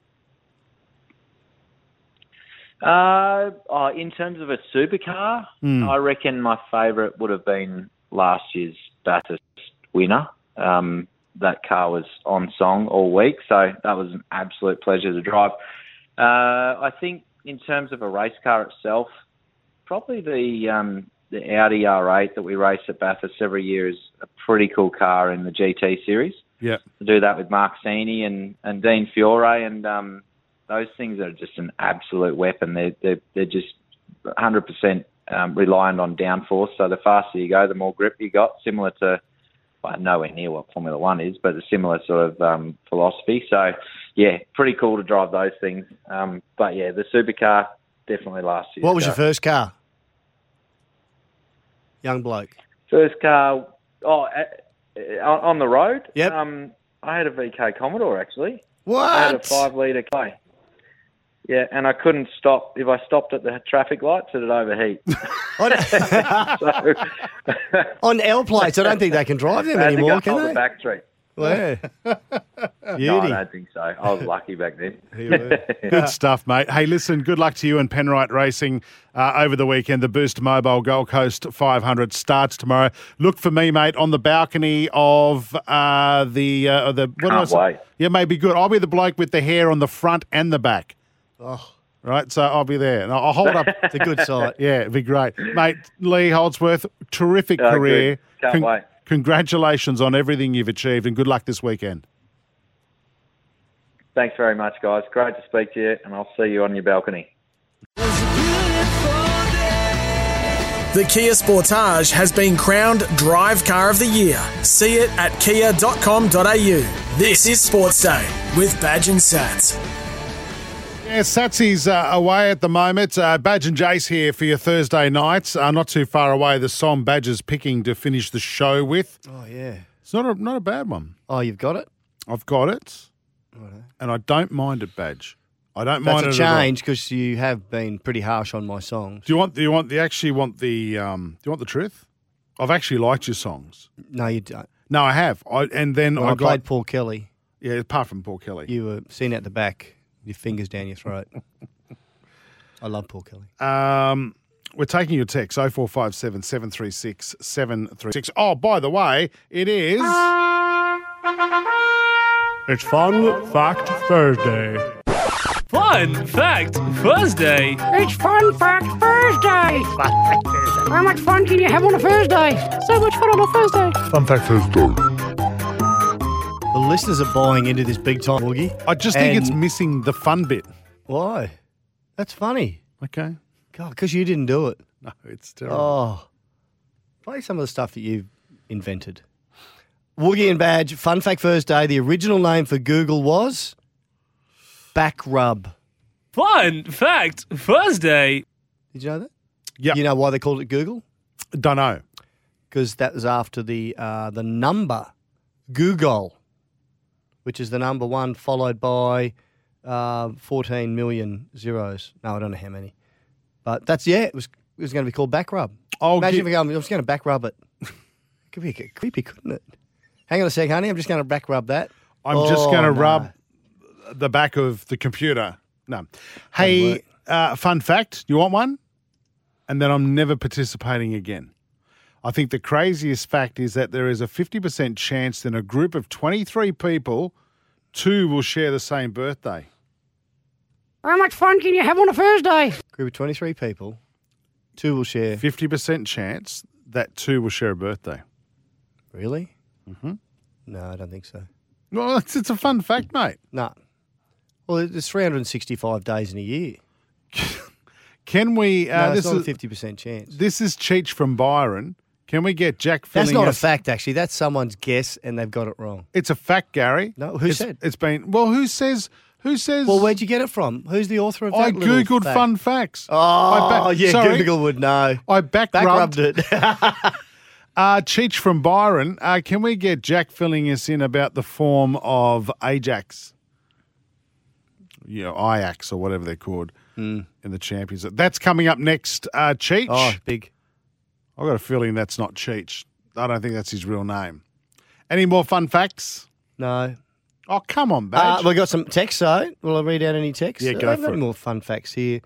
N: Uh, oh, in terms of a supercar,
E: Hmm.
N: I reckon my favourite would have been last year's Bathurst winner. Um, that car was on song all week, so that was an absolute pleasure to drive. Uh, I think in terms of a race car itself, probably the um, the Audi R8 that we race at Bathurst every year is a pretty cool car in the GT series.
E: Yeah.
N: To do that with Mark Sini and, and Dean Fiore, and um, those things are just an absolute weapon. They're they're, they're just 100% um, reliant on downforce. So the faster you go, the more grip you got. Similar to well, nowhere near what Formula One is, but a similar sort of um, philosophy. So yeah, pretty cool to drive those things. Um, but yeah, the supercar definitely last year.
F: What was your first car? Young bloke.
N: First car, oh, uh, uh, on on the road.
F: Yep.
N: Um, I had a VK Commodore actually.
F: What?
N: I had a five litre K. Yeah, and I couldn't stop. If I stopped at the traffic lights, it'd overheat.
F: On L plates, I don't think they can drive them
N: I had to
F: anymore,
N: go
F: can
N: hold
F: they?
N: the back street.
F: Yeah.
N: No, I
F: Beauty.
N: don't think so. I was lucky back then.
E: Good stuff, mate. Hey, listen, good luck to you and Penrite Racing uh, over the weekend. The Boost Mobile Gold Coast 500 starts tomorrow. Look for me, mate, on the balcony of uh, the uh, the. What
N: Can't
E: do I say?
N: wait.
E: Yeah, mate, be good. I'll be the bloke with the hair on the front and the back.
F: Oh.
E: Right, so I'll be there. And I'll I'll hold up.
F: It's a good sight.
E: Yeah, it'd be great, mate. Lee Holdsworth, terrific
N: Oh, good.
E: career.
N: Can't wait.
E: Congratulations on everything you've achieved, and good luck this weekend.
N: Thanks very much, guys. Great to speak to you, and I'll see you on your balcony.
D: The Kia Sportage has been crowned Drive Car of the Year. See it at kia.com.au. This is Sports Day with Badge and Sats.
E: Yeah, Satsy's uh, away at the moment. Uh, Badge and Jace here for your Thursday nights. Uh, not too far away, the song Badge is picking to finish the show with.
F: Oh, yeah.
E: It's not a, not a bad one.
F: Oh, you've got it?
E: I've got it, and I don't mind it, Badge. I don't
F: That's
E: mind
F: a
E: it at all.
F: change because you have been pretty harsh on my songs.
E: Do you want? Do you want? Do you actually want the? Um, do you want the truth? I've actually liked your songs.
F: No, you don't.
E: No, I have. I, and then
F: When
E: I,
F: I,
E: got
F: played Paul Kelly.
E: Yeah, apart from Paul Kelly,
F: you were seen at the back, your fingers down your throat. I love Paul Kelly.
E: Um, we're taking your text 0457 736 736. Oh, by the way, it is.
L: It's Fun Fact Thursday.
K: Fun fact Thursday.
H: It's Fun Fact Thursday. How much fun can you have on a Thursday? So much fun on a Thursday.
F: Fun fact Thursday. The listeners are buying into this big time, Woogie.
E: I just think it's missing the fun bit.
F: Why? That's funny.
E: Okay.
F: God, because you didn't do it.
E: No, it's
F: Oh. Play some of the stuff that you've invented. Woogie and Badge, Fun Fact Thursday, the original name for Google was Back Rub.
K: Fun fact Thursday.
F: Did you know that?
E: Yeah.
F: You know why they called it Google?
E: Don't know.
F: Because that was after the uh, the number Google, which is the number one, followed by uh, 14 million zeros. No, I don't know how many, but that's yeah. It was it was going to be called back rub.
E: Oh,
F: imagine
E: gi-
F: if you go, I'm just going to back rub it. Could be a bit creepy, couldn't it? Hang on a sec, honey. I'm just going to back rub that.
E: I'm just
F: Oh,
E: going to
F: no.
E: rub the back of the computer. No. Hey, uh, fun fact you want one? And then I'm never participating again. I think the craziest fact is that there is a 50% chance that in a group of 23 people, two will share the same birthday.
H: How much fun can you have on a Thursday?
F: Group of 23 people, two will share.
E: 50% chance that two will share a birthday.
F: Really?
E: Mm-hmm.
F: No, I don't think so.
E: Well, it's, it's a fun fact, mate.
F: No. Well, there's 365 days in a year.
E: Can we? Uh,
F: no,
E: this
F: it's not
E: is
F: a 50% chance.
E: this is Cheech from Byron. Can we get Jack?
F: That's
E: filling
F: not a
E: us-
F: fact, actually. That's someone's guess, and they've got it wrong.
E: It's a fact, Gary.
F: No, who
E: It's-
F: said?
E: it's been? Well, who says? Who says?
F: Well, where'd you get it from? Who's the author of that?
E: I
F: little
E: googled
F: fact?
E: fun facts.
F: Oh,
E: I ba-
F: yeah,
E: sorry.
F: Google would know.
E: I back,
F: Back
E: rubbed,
F: rubbed it.
E: uh, Cheech from Byron. Uh, can we get Jack filling us in about the form of Ajax? You know, Ajax or whatever they're called in the Champions. League. That's coming up next. Uh, Cheech.
F: Hmm. Oh, big.
E: I got a feeling that's not Cheech. I don't think that's his real name. Any more fun facts?
F: No.
E: Oh, come on,
F: Uh,
E: Badge.
F: we got some text, though. Will I read out any text?
E: Yeah, go
F: I've got
E: for it.
F: more fun facts here.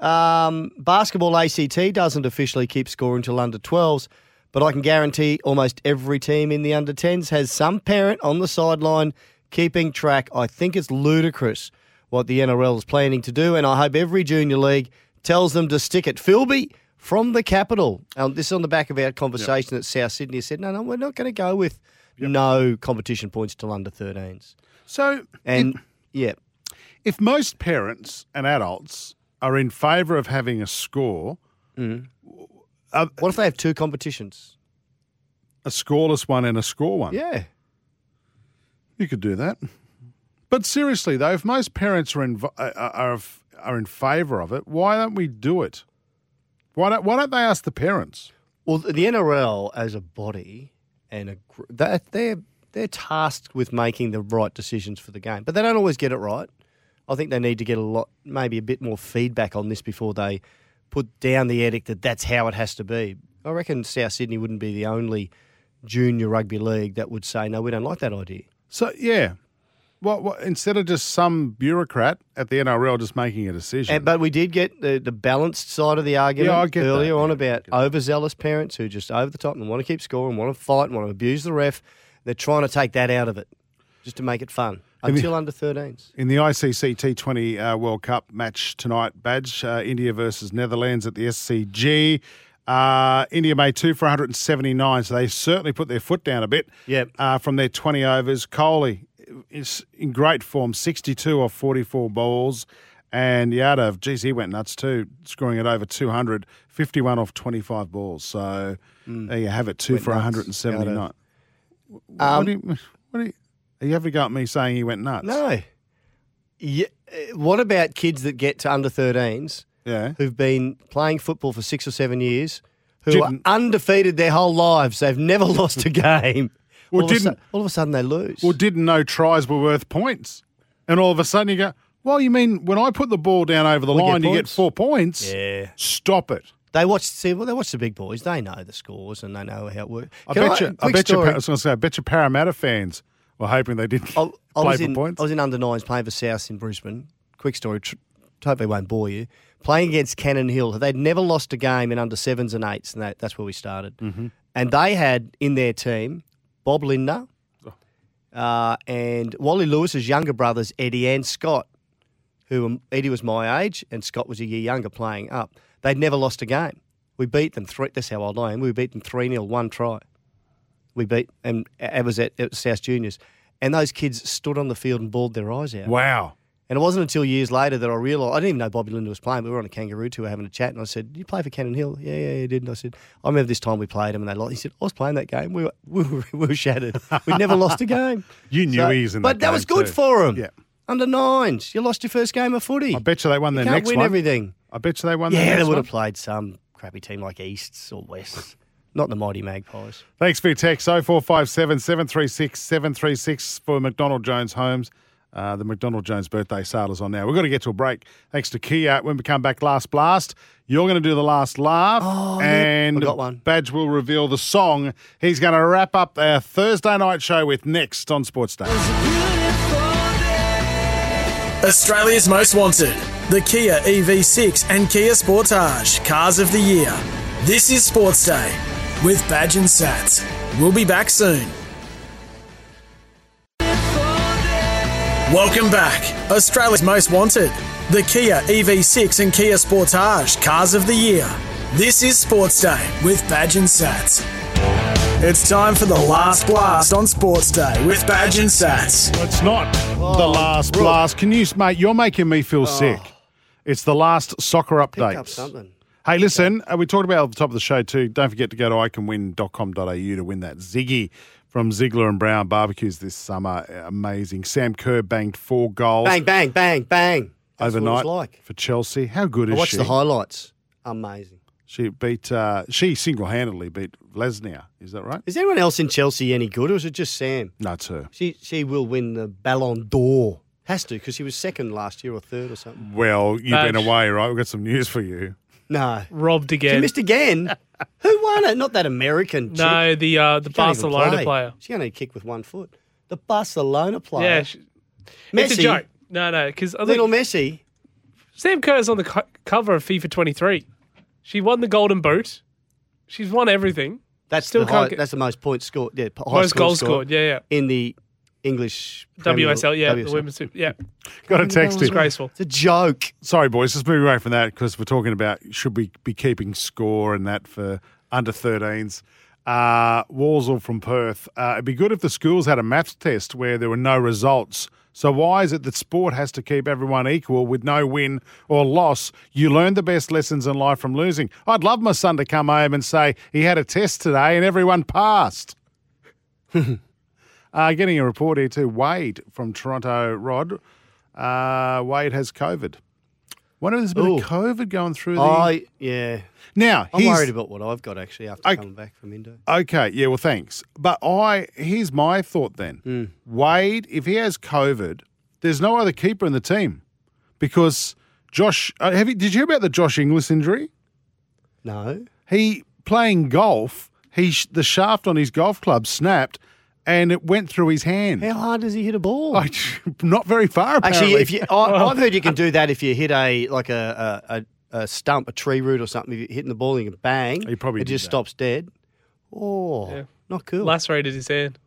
F: Um, basketball ACT doesn't officially keep score until under 12s, but I can guarantee almost every team in the under 10s has some parent on the sideline keeping track. I think it's ludicrous what the NRL is planning to do, and I hope every junior league tells them to stick it. Philby from the capital. Um, this is on the back of our conversation at South Sydney. said, no, no, we're not going to go with no competition points till under 13s.
E: so,
F: And yeah,
E: if most parents and adults are in favour of having a score,
F: what if they have two competitions?
E: a scoreless one and a score one,
F: Yeah,
E: you could do that. But seriously, though, if most parents are in, are, are, are in favour of it, why don't we do it? Why don't, why don't they ask the parents?
F: Well, the NRL as a body and a gr- that they're they're tasked with making the right decisions for the game, but they don't always get it right. I think they need to get a lot, maybe a bit more feedback on this before they put down the edict that that's how it has to be. I reckon South Sydney wouldn't be the only junior rugby league that would say no, we don't like that idea.
E: So, yeah. Well, well, instead of just some bureaucrat at the NRL just making a decision.
F: And, but we did get the, the balanced side of the argument
E: Yeah, I get that.
F: earlier on about overzealous parents who just over the top and want to keep score and want to fight and want to abuse the ref. They're trying to take that out of it just to make it fun
E: And the-
F: until under 13s.
E: In the ICC T20 uh, World Cup match tonight, badge uh, India versus Netherlands at the SCG. Uh, India made two for 179, so they certainly put their foot down a bit.
F: Yep.
E: Uh, from their 20 overs, Kohli is in great form, 62 off 44 balls, and Yadav, geez, he went nuts too, scoring at over 200, 51 off 25 balls. So there you have it, two
F: Mm. Went
E: for
F: nuts,
E: 179.
F: Yadav.
E: What do you, what do you, are you having a go at me saying he went nuts?
F: No. Yeah, uh, what about kids that get to under 13s
E: Yeah.
F: who've been playing football for six or seven years, who
E: Didn't-
F: are undefeated their whole lives? They've never lost a game.
E: Well,
F: all, of a su-
E: didn't-
F: all of a sudden they lose.
E: Well, didn't know tries were worth points. And all of a sudden you go, well, you mean when I put the ball down over the
F: We get
E: line, you get
F: points."
E: four points?
F: yeah.
E: Stop it.
F: They watch. See, well, they watch the big boys. They know the scores and they know how it works.
E: I
F: Can
E: bet you. I
F: quick
E: bet you.
F: story.
E: I was going to say. I bet you Parramatta fans were hoping they didn't
F: I
E: play
F: was
E: for
F: in,
E: points.
F: I was in under nines playing for South in Brisbane. Quick story. Tr- hopefully, won't bore you. Playing against Cannon Hill, they'd never lost a game in under sevens and eights, and that, that's where we started.
E: Mhm.
F: And they had in their team Bob Linder
E: Oh.
F: uh, and Wally Lewis's younger brothers Eddie and Scott, who were- Eddie was my age and Scott was a year younger, playing up. They'd never lost a game. We beat them three. That's how old I am. We beat them three 0 one try. We beat and it was at it was South Juniors, and those kids stood on the field and bawled their eyes out.
E: Wow.
F: And it wasn't until years later that I realised I didn't even know Bobby Linder was playing. We were on a kangaroo tour having a chat, and I said, "You play for Cannon Hill? Yeah, yeah, yeah, did." And I said, "I remember this time we played him, and they lost." He said, "I was playing that game. We were, we were, we were shattered. We'd never lost a game."
E: You knew
F: So-
E: he was in
F: but
E: that
F: that was
E: game
F: good
E: too.
F: for him.
E: Yeah.
F: Under nines, you lost your first game of footy. I
E: bet you they won their
F: you can't
E: next
F: win
E: one.
F: everything.
E: I bet you they won.
F: yeah,
E: their next
F: they would
E: one.
F: have played some crappy team like Easts or Wests, not the mighty Magpies.
E: Thanks for your text. 0457 736 736 for McDonald Jones Homes. Uh, the McDonald Jones birthday sale is on now. We've got to get to a break. Thanks to Kia. When we come back, last blast, you're going to do the last laugh.
F: Oh, yeah.
E: and
F: I got one.
E: Badge will reveal the song he's going to wrap up our Thursday night show with next on Sports Day.
D: Australia's most wanted. The Kia EV6 and Kia Sportage Cars of the Year. This is Sports Day with Badge and Sats. We'll be back soon. Welcome back. Australia's most wanted. The Kia EV6 and Kia Sportage Cars of the Year. This is Sports Day with Badge and Sats. It's time for the last blast on Sports Day with Badge and Sats.
E: It's not the last blast. Can you, mate? You're making me feel sick. It's the last soccer update.
F: Pick up something.
E: Hey, listen, uh, we talked about at the top of the show too. Don't forget to go to iCanWin.com.au to win that Ziggy from Ziegler and Brown barbecues this summer. Amazing. Sam Kerr banged four goals.
F: Bang, bang, bang, bang. That's what it was
E: Overnight
F: like.
E: for Chelsea. How good
F: I
E: is
F: watched
E: she?
F: the highlights. Amazing.
E: She beat. Uh, she single handedly beat Vlasnia. Is that right?
F: Is anyone else in Chelsea any good, or is it just Sam?
E: No, it's her.
F: She she will win the Ballon d'Or. Has to because she was second last year or third or something.
E: Well, you've been
F: Badge.
E: away, right? We've got some news for you.
F: No,
K: robbed again.
F: She missed again. Who won it? Not that American.
K: No,
F: chick.
K: the uh, the
F: She can't even
K: Barcelona
F: play.
K: player.
F: She only kick with one foot. The Barcelona player.
K: Yeah, she-
F: Messi,
K: It's a joke. No, no, because
F: Little Messi.
K: Sam Kerr's on the co- cover of FIFA 23. She won the Golden Boot. She's won everything.
F: That's
K: Still
F: the high,
K: can't get-
F: that's the most points scored. Yeah, p- high
K: Most
F: score
K: goals
F: scored.
K: scored, yeah, yeah.
F: In the English Premier-
K: WSL, yeah, the
F: WSL.
K: women's super, yeah.
E: Got a text. in.
K: Disgraceful.
F: It's a joke.
E: Sorry, boys. Let's move away from that because we're talking about should we be keeping score and that for under 13s. Uh, Walsall from Perth. Uh, it'd be good if the schools had a maths test where there were no results. So why is it that sport has to keep everyone equal with no win or loss? You learn the best lessons in life from losing. I'd love my son to come home and say he had a test today and everyone passed. Uh, getting a report here too. Wade from Toronto, Rod. Uh, Wade has COVID. Wonder if there's a bit
F: Ooh.
E: of COVID going through the.
F: I yeah.
E: Now,
F: I'm
E: here's-
F: worried about what I've got actually after
E: I-
F: coming back from Indo.
E: Okay, yeah, well, thanks. But I here's my thought then.
F: Hmm.
E: Wade, if he has COVID, there's no other keeper in the team because Josh. Uh, have you, did you hear about the Josh Inglis injury?
F: No.
E: He playing golf. He sh- the shaft on his golf club snapped, and it went through his hand.
F: How hard does he hit a ball?
E: I, not very far. Apparently.
F: Actually, if you, I, I've heard you can do that if you hit a like a a, a, a stump, a tree root or something. If you're hitting the ball and you bang,
E: He probably
F: it
E: did
F: just
E: that.
F: stops dead. Oh, not cool.
K: Lacerated his hand.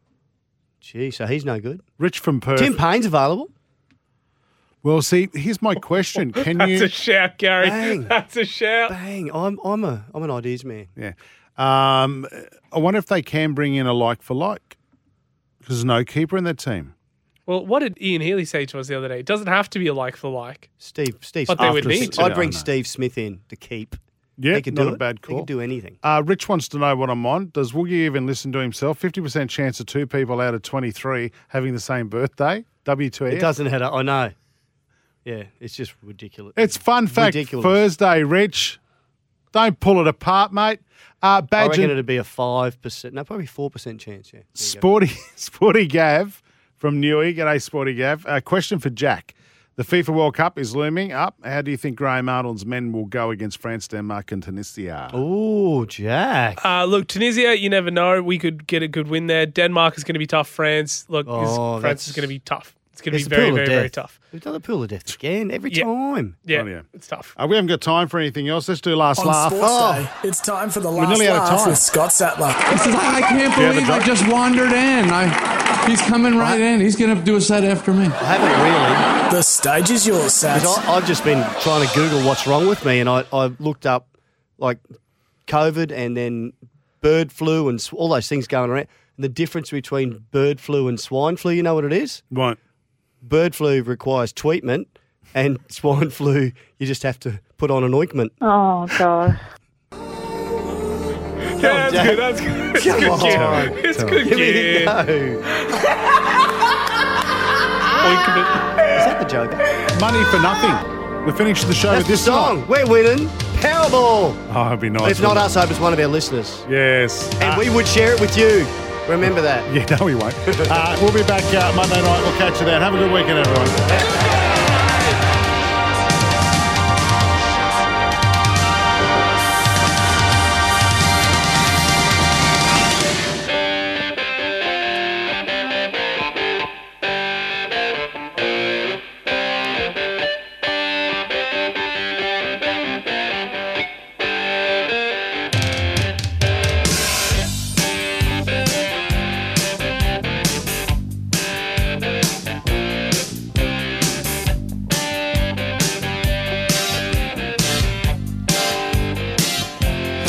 F: Gee, so he's no good.
E: Rich from Perth.
F: Tim Payne's available.
E: Well, see, here's my question. Can
K: That's
E: you?
K: a shout, Gary.
F: Bang.
K: That's a shout.
F: Bang! I'm I'm a I'm an ideas man.
E: Yeah. Um, I wonder if they can bring in a like for like because there's no keeper in the team.
K: Well, what did Ian Healy say to us the other day? It doesn't have to be a like for like.
F: Steve Steve.
K: But they would
F: After a
K: need
F: six-
K: to.
F: I'd bring
E: Yeah, I know.
F: Steve Smith in to keep.
E: Yeah,
F: he could
E: not
F: do
E: a
F: it.
E: bad
F: He
E: call.
F: could do anything.
E: Uh, Rich wants to know what I'm on. Does Woogie even listen to himself? 50% chance of two people out of 23 having the same birthday. W2F.
F: It doesn't have. I know. Yeah, it's just ridiculous.
E: It's fun fact
F: Ridiculous.
E: Thursday, Rich. Don't pull it apart, mate. Uh,
F: I reckon
E: Badger,
F: it'd be a five percent, no, probably four percent chance. Yeah.
E: Sporty, Sporty Gav from Newey. G'day, Sporty Gav. A question for Jack. The FIFA World Cup is looming up. How do you think Graham Arnold's men will go against France, Denmark, and Tunisia?
F: Oh, Jack.
K: Uh, look, Tunisia, you never know. We could get a good win there. Denmark is going to be tough. France, look, is-
F: Oh,
K: France is
F: that's-
K: going to be tough. It's going to be
F: It's the
K: very,
F: pool
K: very,
F: of
K: very
F: death.
K: tough.
F: We've done the pool of death again every
K: Yeah.
F: time.
K: Yeah,
E: Oh, yeah.
K: it's tough.
E: Uh, we haven't got time for anything else. Let's do last
D: On
E: laugh.
D: Sports
E: Oh.
D: Day, it's time for the
E: We're
D: last
E: nearly out of
D: laugh
E: time.
D: with Scott Sattler.
O: This is- I can't
D: Do you have a
O: believe I
D: joke?
O: just wandered in. I, he's coming right in. He's going to do a set after me.
F: I haven't really.
D: The stage is yours, Sats.
F: I've just been trying to Google what's wrong with me, and I, I looked up like COVID and then bird flu and sw- all those things going around. And the difference between bird flu and swine flu, you know what it is?
E: Right.
F: Bird flu requires treatment, and swine flu, you just have to put on an ointment.
P: Oh, God.
K: Yeah, that's good. That's good. It's
F: Come
K: good
F: on.
K: gear. It's
F: Come
K: good
F: on. Give me
K: gear.
F: a go. Is that the joke?
E: Money for nothing. We finished the show
F: That's
E: with this
F: the song. We're winning Powerball.
E: Oh, it'd be nice.
F: If not
E: wouldn't
F: us, I hope it's one of our listeners.
E: it? Yes.
F: And
K: Ah.
F: we would share it with you. Remember that.
E: Yeah, no, we won't. uh, we'll be back uh, Monday night. We'll catch you then. Have a good weekend, everyone.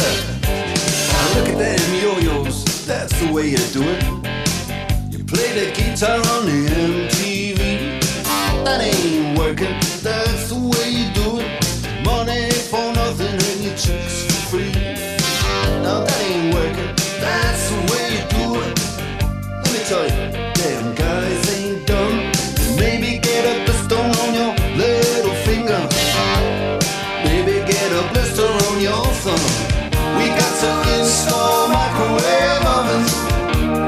Q: Now look at them yo-yos, that's the way you do it. You play the guitar on the MTV. That ain't working, that's the way you do it. Money for nothing and your chicks for free. Now that ain't working, that's the way you do it. Let me tell you, them guys ain't dumb. Maybe get a blister on your little finger. Maybe get a blister on your thumb. We got to install microwave ovens,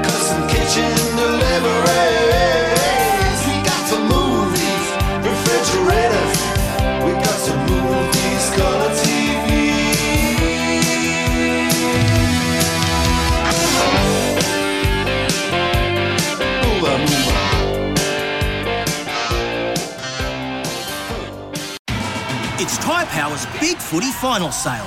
Q: custom kitchen deliveries. We got to move these refrigerators. We got to move these color TVs. Move on, move on.
R: It's Tyre Power's Big Footy Final Sale.